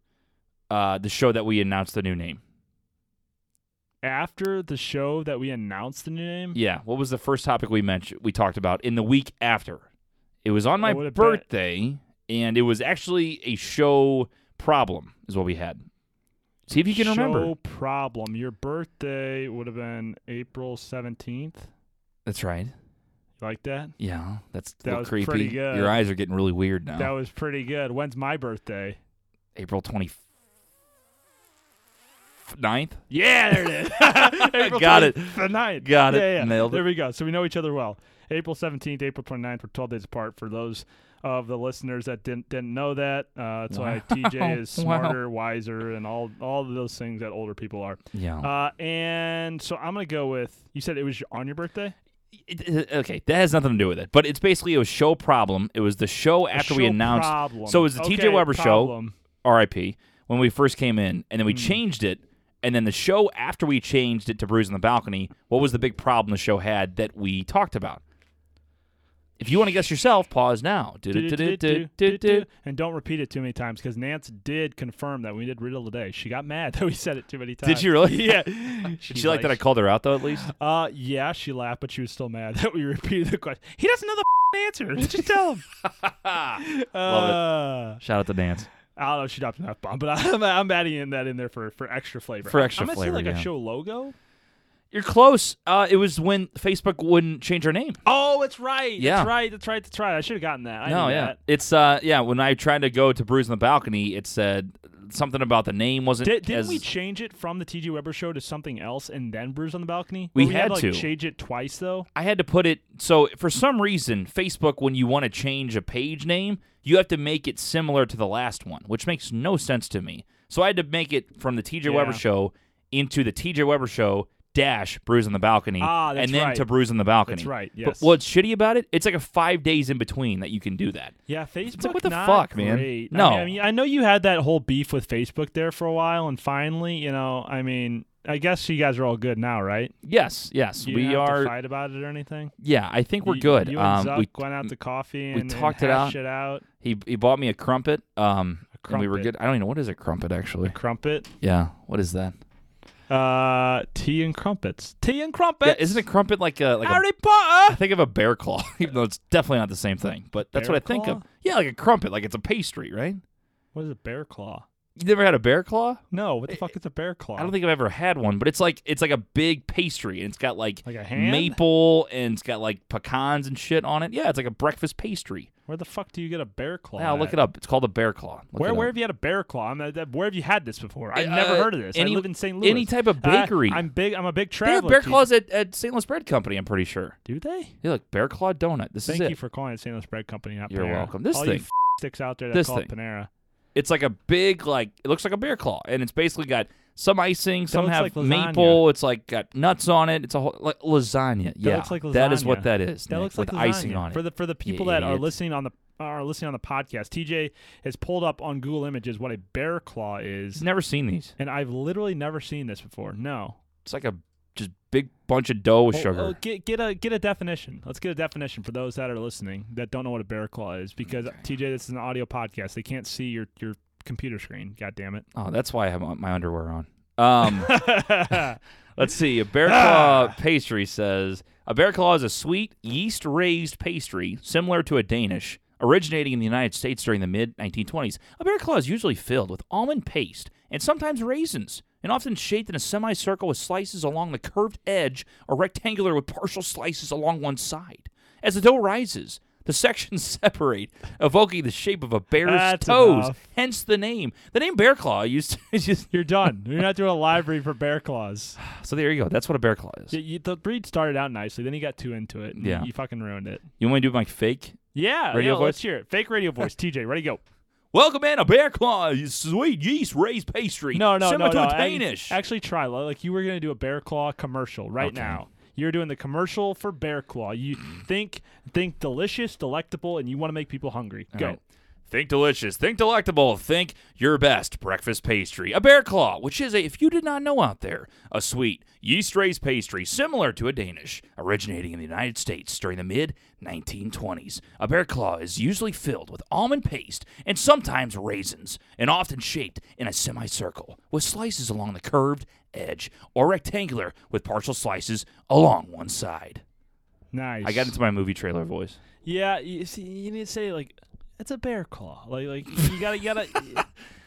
[SPEAKER 1] uh, the show that we announced the new name?
[SPEAKER 2] After the show that we announced the new name,
[SPEAKER 1] Yeah, what was the first topic we mentioned we talked about in the week after? It was on my
[SPEAKER 2] would've bet-
[SPEAKER 1] birthday, and it was actually a show problem is what we had. See if you can
[SPEAKER 2] show
[SPEAKER 1] remember.
[SPEAKER 2] problem. Your birthday would have been April seventeenth.
[SPEAKER 1] That's right.
[SPEAKER 2] You like that?
[SPEAKER 1] Yeah, that's a
[SPEAKER 2] That
[SPEAKER 1] little
[SPEAKER 2] was
[SPEAKER 1] creepy.
[SPEAKER 2] pretty good.
[SPEAKER 1] Your eyes are getting really weird now.
[SPEAKER 2] That was pretty good. When's my birthday?
[SPEAKER 1] April 29th? ninth.
[SPEAKER 2] Yeah, there it is. April
[SPEAKER 1] Got it.
[SPEAKER 2] 29th.
[SPEAKER 1] Got it.
[SPEAKER 2] Yeah, yeah.
[SPEAKER 1] Nailed it.
[SPEAKER 2] There we go. So we know each other well. April 17th, April 29th. We're 12 days apart for those of the listeners that didn't didn't know that. Uh, that's why TJ is
[SPEAKER 1] Wow.
[SPEAKER 2] smarter, wiser, and all, all of those things that older people are.
[SPEAKER 1] Yeah.
[SPEAKER 2] Uh, and so I'm going to go with you said it was on your birthday?
[SPEAKER 1] It- uh, okay, that has nothing to do with it. But it's basically it was show problem. It was the show after we
[SPEAKER 2] Show
[SPEAKER 1] announced.
[SPEAKER 2] Problem.
[SPEAKER 1] So it was the TJ
[SPEAKER 2] Okay,
[SPEAKER 1] Weber show,
[SPEAKER 2] problem. Hmm.
[SPEAKER 1] R.I.P. When we first came in, and then we changed it, and then the show after we changed it to Bruise on the Balcony. What was the big problem the show had that we talked about? If you want to guess yourself, pause now. Du-du-du-du-du-du.
[SPEAKER 2] And don't repeat it too many times because Nance did confirm that we did riddle today. She got mad that we said it too many times.
[SPEAKER 1] Did she really?
[SPEAKER 2] Yeah.
[SPEAKER 1] Did she like that I called her out though? At least
[SPEAKER 2] Uh, yeah, she laughed, but she was still mad that we repeated the question. He doesn't know the answer. Just tell him. Love
[SPEAKER 1] shout out to Nance.
[SPEAKER 2] I don't know if she dropped an F bomb, but I'm, I'm adding in that in there for, for extra flavor.
[SPEAKER 1] For extra
[SPEAKER 2] I'm gonna
[SPEAKER 1] flavor,
[SPEAKER 2] say like
[SPEAKER 1] yeah.
[SPEAKER 2] a show logo.
[SPEAKER 1] You're close. Uh, it was when Facebook wouldn't change her name.
[SPEAKER 2] Oh, that's right.
[SPEAKER 1] Yeah.
[SPEAKER 2] That's right. That's right. That's right. I should have gotten that. I
[SPEAKER 1] no,
[SPEAKER 2] knew
[SPEAKER 1] yeah,
[SPEAKER 2] that.
[SPEAKER 1] it's uh, yeah. When I tried to go to Bruise on the Balcony, it said something about the name wasn't.
[SPEAKER 2] Did, didn't
[SPEAKER 1] as,
[SPEAKER 2] we change it from the TG Weber show to something else and then Bruise on the Balcony?
[SPEAKER 1] We
[SPEAKER 2] Or
[SPEAKER 1] had
[SPEAKER 2] like,
[SPEAKER 1] to.
[SPEAKER 2] change it twice though.
[SPEAKER 1] I had to put it so for some reason Facebook, when you want to change a page name, you have to make it similar to the last one, which makes no sense to me. So I had to make it from the TJ Weber
[SPEAKER 2] Yeah.
[SPEAKER 1] show into the TJ Weber show dash Bruise on the Balcony,
[SPEAKER 2] Ah, that's
[SPEAKER 1] and then
[SPEAKER 2] right.
[SPEAKER 1] to Bruise on the Balcony.
[SPEAKER 2] That's right, yes.
[SPEAKER 1] But what's shitty about it? It's like a five days in between that you can do that.
[SPEAKER 2] Yeah, Facebook.
[SPEAKER 1] like, what the
[SPEAKER 2] not
[SPEAKER 1] fuck, man?
[SPEAKER 2] great. I
[SPEAKER 1] No.
[SPEAKER 2] mean- I, mean, I know you had that whole beef with Facebook there for a while, and finally, you know, I mean, I guess you guys are all good now, right?
[SPEAKER 1] Yes, yes,
[SPEAKER 2] You
[SPEAKER 1] we
[SPEAKER 2] didn't have
[SPEAKER 1] are.
[SPEAKER 2] to fight about it or anything.
[SPEAKER 1] Yeah, I think we're
[SPEAKER 2] You-
[SPEAKER 1] good.
[SPEAKER 2] You and
[SPEAKER 1] um,
[SPEAKER 2] Zuck
[SPEAKER 1] we
[SPEAKER 2] went out to coffee and, and
[SPEAKER 1] talked it
[SPEAKER 2] hashed
[SPEAKER 1] out.
[SPEAKER 2] it out.
[SPEAKER 1] He he bought me a crumpet. Um, and we were
[SPEAKER 2] Crumpet.
[SPEAKER 1] good. I don't even know what is a crumpet actually.
[SPEAKER 2] Crumpet.
[SPEAKER 1] Yeah, what is that?
[SPEAKER 2] Uh, tea and crumpets. Tea and crumpets.
[SPEAKER 1] Yeah, isn't a crumpet like a like a,
[SPEAKER 2] Harry Potter.
[SPEAKER 1] I think of a bear claw, even though it's definitely not the same thing. But that's
[SPEAKER 2] Bear
[SPEAKER 1] what I think of.
[SPEAKER 2] claw?
[SPEAKER 1] Yeah, like a crumpet, like it's a pastry, right?
[SPEAKER 2] What is a bear claw?
[SPEAKER 1] You never had a bear claw?
[SPEAKER 2] No, what the fuck is a bear claw?
[SPEAKER 1] I don't think I've ever had one, but it's like it's like a big pastry, and it's got like,
[SPEAKER 2] Like a hand?
[SPEAKER 1] maple, and it's got like pecans and shit on it. Yeah, it's like a breakfast pastry.
[SPEAKER 2] Where the fuck do you get a bear claw?
[SPEAKER 1] Yeah, look
[SPEAKER 2] at?
[SPEAKER 1] it up. It's called a bear claw. Look it
[SPEAKER 2] Where
[SPEAKER 1] up.
[SPEAKER 2] where have you had a bear claw? I'm, uh, that- where have you had this before? I've
[SPEAKER 1] Uh,
[SPEAKER 2] never heard of this.
[SPEAKER 1] any-
[SPEAKER 2] I live in St. Louis.
[SPEAKER 1] any type of
[SPEAKER 2] I-
[SPEAKER 1] bakery.
[SPEAKER 2] I'm big. I'm a big
[SPEAKER 1] they
[SPEAKER 2] traveler.
[SPEAKER 1] have bear
[SPEAKER 2] Keith.
[SPEAKER 1] claws at, at St. Louis Bread Company? I'm pretty sure.
[SPEAKER 2] Do they?
[SPEAKER 1] Yeah, look, bear claw donut. This
[SPEAKER 2] Thank
[SPEAKER 1] is it.
[SPEAKER 2] you for calling it St. Louis Bread Company. Not
[SPEAKER 1] You're
[SPEAKER 2] Panera.
[SPEAKER 1] welcome. This
[SPEAKER 2] All
[SPEAKER 1] thing.
[SPEAKER 2] You f- sticks out there. That
[SPEAKER 1] This
[SPEAKER 2] call it
[SPEAKER 1] thing.
[SPEAKER 2] Panera.
[SPEAKER 1] It's like a big, like it looks like a bear claw, and it's basically got some icing, some
[SPEAKER 2] looks
[SPEAKER 1] have
[SPEAKER 2] like lasagna.
[SPEAKER 1] maple. It's like got nuts on it. It's a whole like lasagna. yeah,
[SPEAKER 2] looks like
[SPEAKER 1] that is what
[SPEAKER 2] lasagna.
[SPEAKER 1] that is.
[SPEAKER 2] That
[SPEAKER 1] Nick,
[SPEAKER 2] looks like
[SPEAKER 1] with
[SPEAKER 2] lasagna.
[SPEAKER 1] icing on it.
[SPEAKER 2] For the for the people that are
[SPEAKER 1] idiot.
[SPEAKER 2] listening on the are listening on the podcast, TJ has pulled up on Google Images what a bear claw is,
[SPEAKER 1] Never seen these.
[SPEAKER 2] and I've literally never seen this before. No.
[SPEAKER 1] It's like a just big bunch of dough with
[SPEAKER 2] Well,
[SPEAKER 1] sugar.
[SPEAKER 2] uh, get get a get a definition. Let's get a definition for those that are listening that don't know what a bear claw is because TJ, this is an audio podcast. They can't see your your computer screen. God damn it!
[SPEAKER 1] Oh, that's why I have my- my underwear on. Um, let's see. A bear
[SPEAKER 2] Ah.
[SPEAKER 1] claw pastry says a bear claw is a sweet yeast raised pastry similar to a Danish, originating in the United States during the mid 1920s. A bear claw is usually filled with almond paste and sometimes raisins, and often shaped in a semicircle with slices along the curved edge or rectangular with partial slices along one side. As the dough rises, the sections separate, evoking the shape of a bear's
[SPEAKER 2] That's
[SPEAKER 1] toes.
[SPEAKER 2] enough.
[SPEAKER 1] Hence the name. The name Bear Claw used to is just
[SPEAKER 2] You're done. You're not doing a live read for bear claws.
[SPEAKER 1] so there you go. That's what a bear claw is.
[SPEAKER 2] You- you- the breed started out nicely, then he got too into it. and
[SPEAKER 1] Yeah.
[SPEAKER 2] you fucking ruined it.
[SPEAKER 1] You want me to do my fake?
[SPEAKER 2] Yeah,
[SPEAKER 1] Radio
[SPEAKER 2] yeah,
[SPEAKER 1] voice?
[SPEAKER 2] Let's hear it. Fake radio voice. TJ, ready go.
[SPEAKER 1] Welcome in a bear claw, you sweet yeast raised pastry.
[SPEAKER 2] No, no,
[SPEAKER 1] similar
[SPEAKER 2] no, no.
[SPEAKER 1] to a
[SPEAKER 2] Ac-
[SPEAKER 1] Danish.
[SPEAKER 2] Actually, try li- like you were gonna do a bear claw commercial right
[SPEAKER 1] Okay.
[SPEAKER 2] now. You're doing the commercial for bear claw. You think think delicious, delectable, and you want to make people hungry.
[SPEAKER 1] All
[SPEAKER 2] Go.
[SPEAKER 1] right. Think delicious. Think delectable. Think your best breakfast pastry. A bear claw, which is, a, if you did not know out there, a sweet yeast raised pastry similar to a Danish, originating in the United States during the mid 1920s. A bear claw is usually filled with almond paste and sometimes raisins, and often shaped in a semicircle with slices along the curved edge or rectangular with partial slices along one side.
[SPEAKER 2] Nice.
[SPEAKER 1] I got into my movie
[SPEAKER 2] Mm.
[SPEAKER 1] trailer voice.
[SPEAKER 2] Yeah, you see, you need to say like it's a bear claw. Like like you gotta you gotta.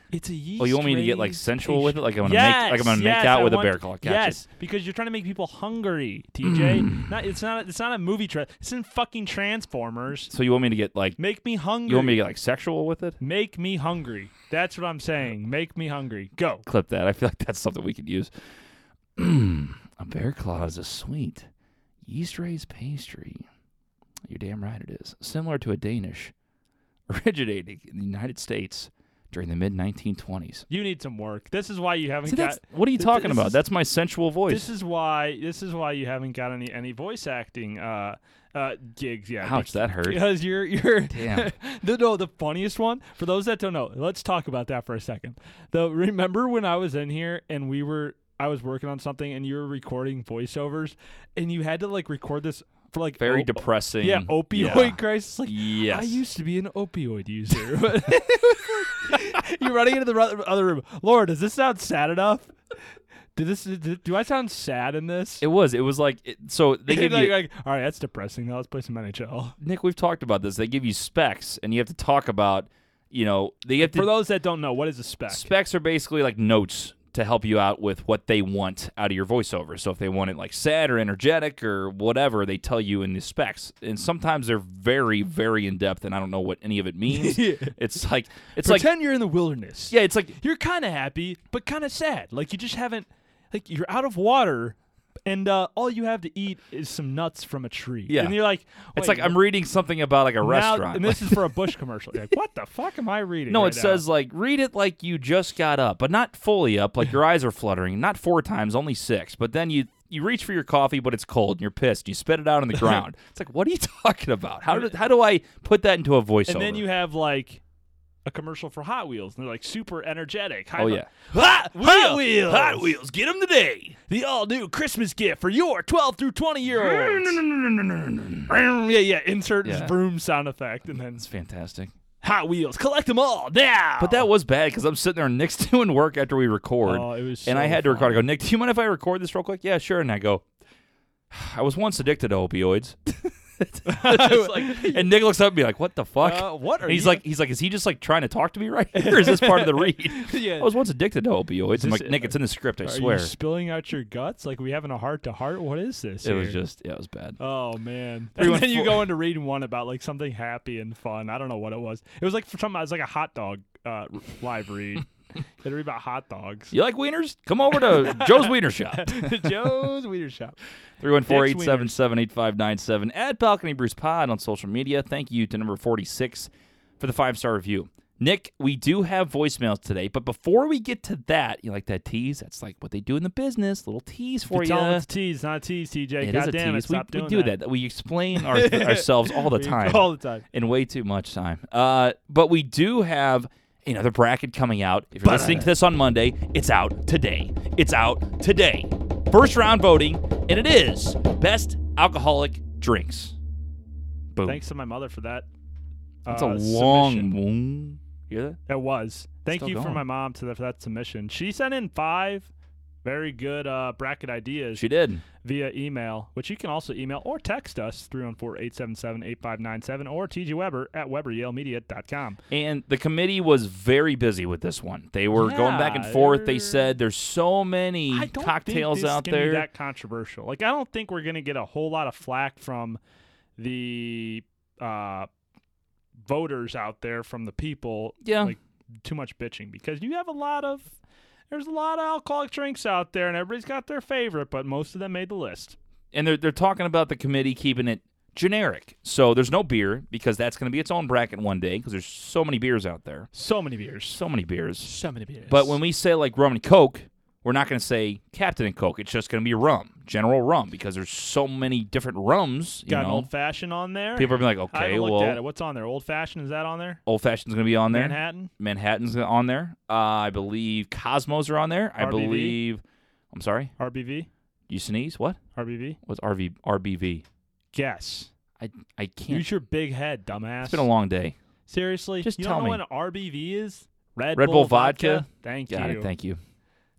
[SPEAKER 2] It's a yeast.
[SPEAKER 1] Oh, you want me to get like
[SPEAKER 2] raised
[SPEAKER 1] sensual with it? Like I'm gonna
[SPEAKER 2] yes,
[SPEAKER 1] make like I'm gonna
[SPEAKER 2] yes,
[SPEAKER 1] make out
[SPEAKER 2] I
[SPEAKER 1] with a
[SPEAKER 2] want-
[SPEAKER 1] bear claw. Gotcha. Mm.
[SPEAKER 2] Yes, because you're trying to make people hungry, TJ. not it's not it's not a movie. Tra- it's in fucking Transformers.
[SPEAKER 1] So you want me to get like
[SPEAKER 2] Make me hungry.
[SPEAKER 1] you want me to get like sexual with it?
[SPEAKER 2] Make me hungry. That's what I'm saying. Make me hungry. Go.
[SPEAKER 1] Clip that. I feel like that's something we could use. a bear claw is a sweet yeast raised pastry. You're damn right it is. Similar to a Danish, originating in the United States during the mid 1920s.
[SPEAKER 2] You need some work. This is why you haven't
[SPEAKER 1] See,
[SPEAKER 2] got.
[SPEAKER 1] that's, what are you
[SPEAKER 2] th-
[SPEAKER 1] talking
[SPEAKER 2] this
[SPEAKER 1] about?
[SPEAKER 2] is-
[SPEAKER 1] That's my sensual voice.
[SPEAKER 2] This is why. This is why you haven't got any any voice acting uh uh gigs yet.
[SPEAKER 1] Ouch, that hurt.
[SPEAKER 2] Because you're you're
[SPEAKER 1] Damn.
[SPEAKER 2] the, no the funniest one for those that don't know. Let's talk about that for a second. The remember when I was in here and we were I was working on something and you were recording voiceovers and you had to like record this for like
[SPEAKER 1] Very
[SPEAKER 2] o-
[SPEAKER 1] depressing.
[SPEAKER 2] Yeah, opioid
[SPEAKER 1] Yeah.
[SPEAKER 2] crisis. Like I
[SPEAKER 1] Yes.
[SPEAKER 2] used to be an opioid user. You're running into the ro- other room. Laura, does this sound sad enough? Did this? Did, do I sound sad in this?
[SPEAKER 1] It was. It was like it, so they give
[SPEAKER 2] like,
[SPEAKER 1] you
[SPEAKER 2] like, all right, that's depressing. Now let's play some NHL.
[SPEAKER 1] Nick, we've talked about this. They give you specs, and you have to talk about, you know, they have
[SPEAKER 2] For
[SPEAKER 1] to.
[SPEAKER 2] those that don't know, what is a spec?
[SPEAKER 1] Specs are basically like notes to help you out with what they want out of your voiceover. So if they want it like sad or energetic or whatever, they tell you in the specs. And sometimes they're very, very in depth, and I don't know what any of it means. It's like it's like
[SPEAKER 2] Pretend you're in the wilderness.
[SPEAKER 1] yeah, it's like
[SPEAKER 2] you're kind of happy, but kind of sad. Like you just haven't. Like you're out of water, and uh, all you have to eat is some nuts from a tree.
[SPEAKER 1] Yeah.
[SPEAKER 2] and you're like,
[SPEAKER 1] it's
[SPEAKER 2] wait,
[SPEAKER 1] like I'm reading something about like a
[SPEAKER 2] now-
[SPEAKER 1] restaurant.
[SPEAKER 2] and this is for a Bush commercial. You're like, what the fuck am I reading?
[SPEAKER 1] No,
[SPEAKER 2] right
[SPEAKER 1] it
[SPEAKER 2] now?
[SPEAKER 1] says like read it like you just got up, but not fully up, like your eyes are fluttering, not four times, only six. But then you you reach for your coffee, but it's cold, and you're pissed. And you spit it out on the ground. It's like, what are you talking about? How do how do I put that into a voiceover?
[SPEAKER 2] And then you have like a commercial for Hot Wheels, and they're like super energetic. High
[SPEAKER 1] oh yeah,
[SPEAKER 2] Hot,
[SPEAKER 1] Hot
[SPEAKER 2] Wheels,
[SPEAKER 1] Hot Wheels, get them today.
[SPEAKER 2] the all new Christmas gift for your 12 through 20 year olds. yeah, yeah. Insert
[SPEAKER 1] Yeah.
[SPEAKER 2] broom sound effect, and then
[SPEAKER 1] It's fantastic.
[SPEAKER 2] Hot Wheels. Collect them all now.
[SPEAKER 1] But that was bad because I'm sitting there. Nick's doing work after we record,
[SPEAKER 2] Oh, it was
[SPEAKER 1] and I
[SPEAKER 2] so
[SPEAKER 1] had to record. I go, Nick, do you mind if I record this real quick? Yeah, sure. And I go, I was once addicted to opioids. It's like- and Nick looks up at me like, "What the fuck?"
[SPEAKER 2] Uh, what are
[SPEAKER 1] and he's
[SPEAKER 2] you-
[SPEAKER 1] like, "He's like, is he just like trying to talk to me right here? Or is this part of the read?"
[SPEAKER 2] Yeah.
[SPEAKER 1] I was once addicted to opioids. I'm
[SPEAKER 2] this-
[SPEAKER 1] like, Nick, it's in the script. I
[SPEAKER 2] Are
[SPEAKER 1] swear.
[SPEAKER 2] you spilling out your guts? Like we having a heart to heart? What is this?
[SPEAKER 1] It was
[SPEAKER 2] here?
[SPEAKER 1] just, yeah, it was bad.
[SPEAKER 2] Oh man!
[SPEAKER 1] Three
[SPEAKER 2] And
[SPEAKER 1] one
[SPEAKER 2] then you
[SPEAKER 1] four-
[SPEAKER 2] go into reading one about like something happy and fun. I don't know what it was. It was like for some. It was like a hot dog uh, live read. you had to read about hot dogs.
[SPEAKER 1] You like wieners? Come over to Joe's Wiener Shop.
[SPEAKER 2] Joe's Wiener Shop.
[SPEAKER 1] 314-877-8597 at Balcony Bruce Pod on social media. Thank you to number 46 for the five-star review. Nick, we do have voicemails today, but before we get to that, you like that tease? That's like what they do in the business, little tease for you.
[SPEAKER 2] Tell him it's a tease, not a tease, TJ.
[SPEAKER 1] It
[SPEAKER 2] God
[SPEAKER 1] is a
[SPEAKER 2] damn it!
[SPEAKER 1] tease. We,
[SPEAKER 2] Stop
[SPEAKER 1] we
[SPEAKER 2] doing
[SPEAKER 1] do that. We explain our, ourselves all the
[SPEAKER 2] We-
[SPEAKER 1] time.
[SPEAKER 2] all the time.
[SPEAKER 1] In way too much time. Uh, but we do have another bracket coming out. If you're listening to this on Monday, it's out today. It's out today. First round voting, and it is best alcoholic drinks. Boom.
[SPEAKER 2] Thanks to my mother for that.
[SPEAKER 1] Oh. That's
[SPEAKER 2] uh,
[SPEAKER 1] a long
[SPEAKER 2] submission.
[SPEAKER 1] boom. Hear that?
[SPEAKER 2] It was. Thank
[SPEAKER 1] Still
[SPEAKER 2] you for
[SPEAKER 1] going.
[SPEAKER 2] my mom to the, for that submission. She sent in five very good uh, bracket ideas
[SPEAKER 1] She did.
[SPEAKER 2] via email, which you can also email or text us 314-877-8597 or TG Weber at WeberYaleMedia.com.
[SPEAKER 1] And the committee was very busy with this one. They were going back and
[SPEAKER 2] Yeah,
[SPEAKER 1] forth. They
[SPEAKER 2] they're-
[SPEAKER 1] said there's so many
[SPEAKER 2] I don't
[SPEAKER 1] cocktails
[SPEAKER 2] think this
[SPEAKER 1] out
[SPEAKER 2] can be
[SPEAKER 1] there.
[SPEAKER 2] that controversial. Like I don't think we're gonna get a whole lot of flack from the uh, voters out there from the people.
[SPEAKER 1] Yeah.
[SPEAKER 2] like too much bitching because you have a lot of there's a lot of alcoholic drinks out there and everybody's got their favorite, but most of them made the list.
[SPEAKER 1] and they're they're talking about the committee keeping it generic. So there's no beer because that's going to be its own bracket one day because there's so many beers out there,
[SPEAKER 2] So many beers.
[SPEAKER 1] so many beers.
[SPEAKER 2] So many beers.
[SPEAKER 1] But when we say like rum and coke, we're not going to say Captain and Coke. It's just going to be rum, general rum, because there's so many different rums. You
[SPEAKER 2] got an
[SPEAKER 1] know,
[SPEAKER 2] old fashioned on there.
[SPEAKER 1] people are being like,
[SPEAKER 2] I
[SPEAKER 1] okay,
[SPEAKER 2] haven't looked at
[SPEAKER 1] well,
[SPEAKER 2] it. What's on there? Old fashioned is that on there?
[SPEAKER 1] old fashioned's going to be on there.
[SPEAKER 2] Manhattan.
[SPEAKER 1] Manhattan's on there. Uh, I believe Cosmos are on there. I
[SPEAKER 2] RBV?
[SPEAKER 1] believe. I'm sorry.
[SPEAKER 2] RBV.
[SPEAKER 1] You sneeze. What?
[SPEAKER 2] RBV.
[SPEAKER 1] What's RV RBV?
[SPEAKER 2] Guess.
[SPEAKER 1] I I can't.
[SPEAKER 2] Use your big head, dumbass.
[SPEAKER 1] It's been a long day.
[SPEAKER 2] Seriously,
[SPEAKER 1] Just
[SPEAKER 2] you
[SPEAKER 1] tell
[SPEAKER 2] don't
[SPEAKER 1] me.
[SPEAKER 2] know what an RBV is? Red,
[SPEAKER 1] Red Bull vodka?
[SPEAKER 2] Thank
[SPEAKER 1] Got
[SPEAKER 2] you.
[SPEAKER 1] it. Thank you.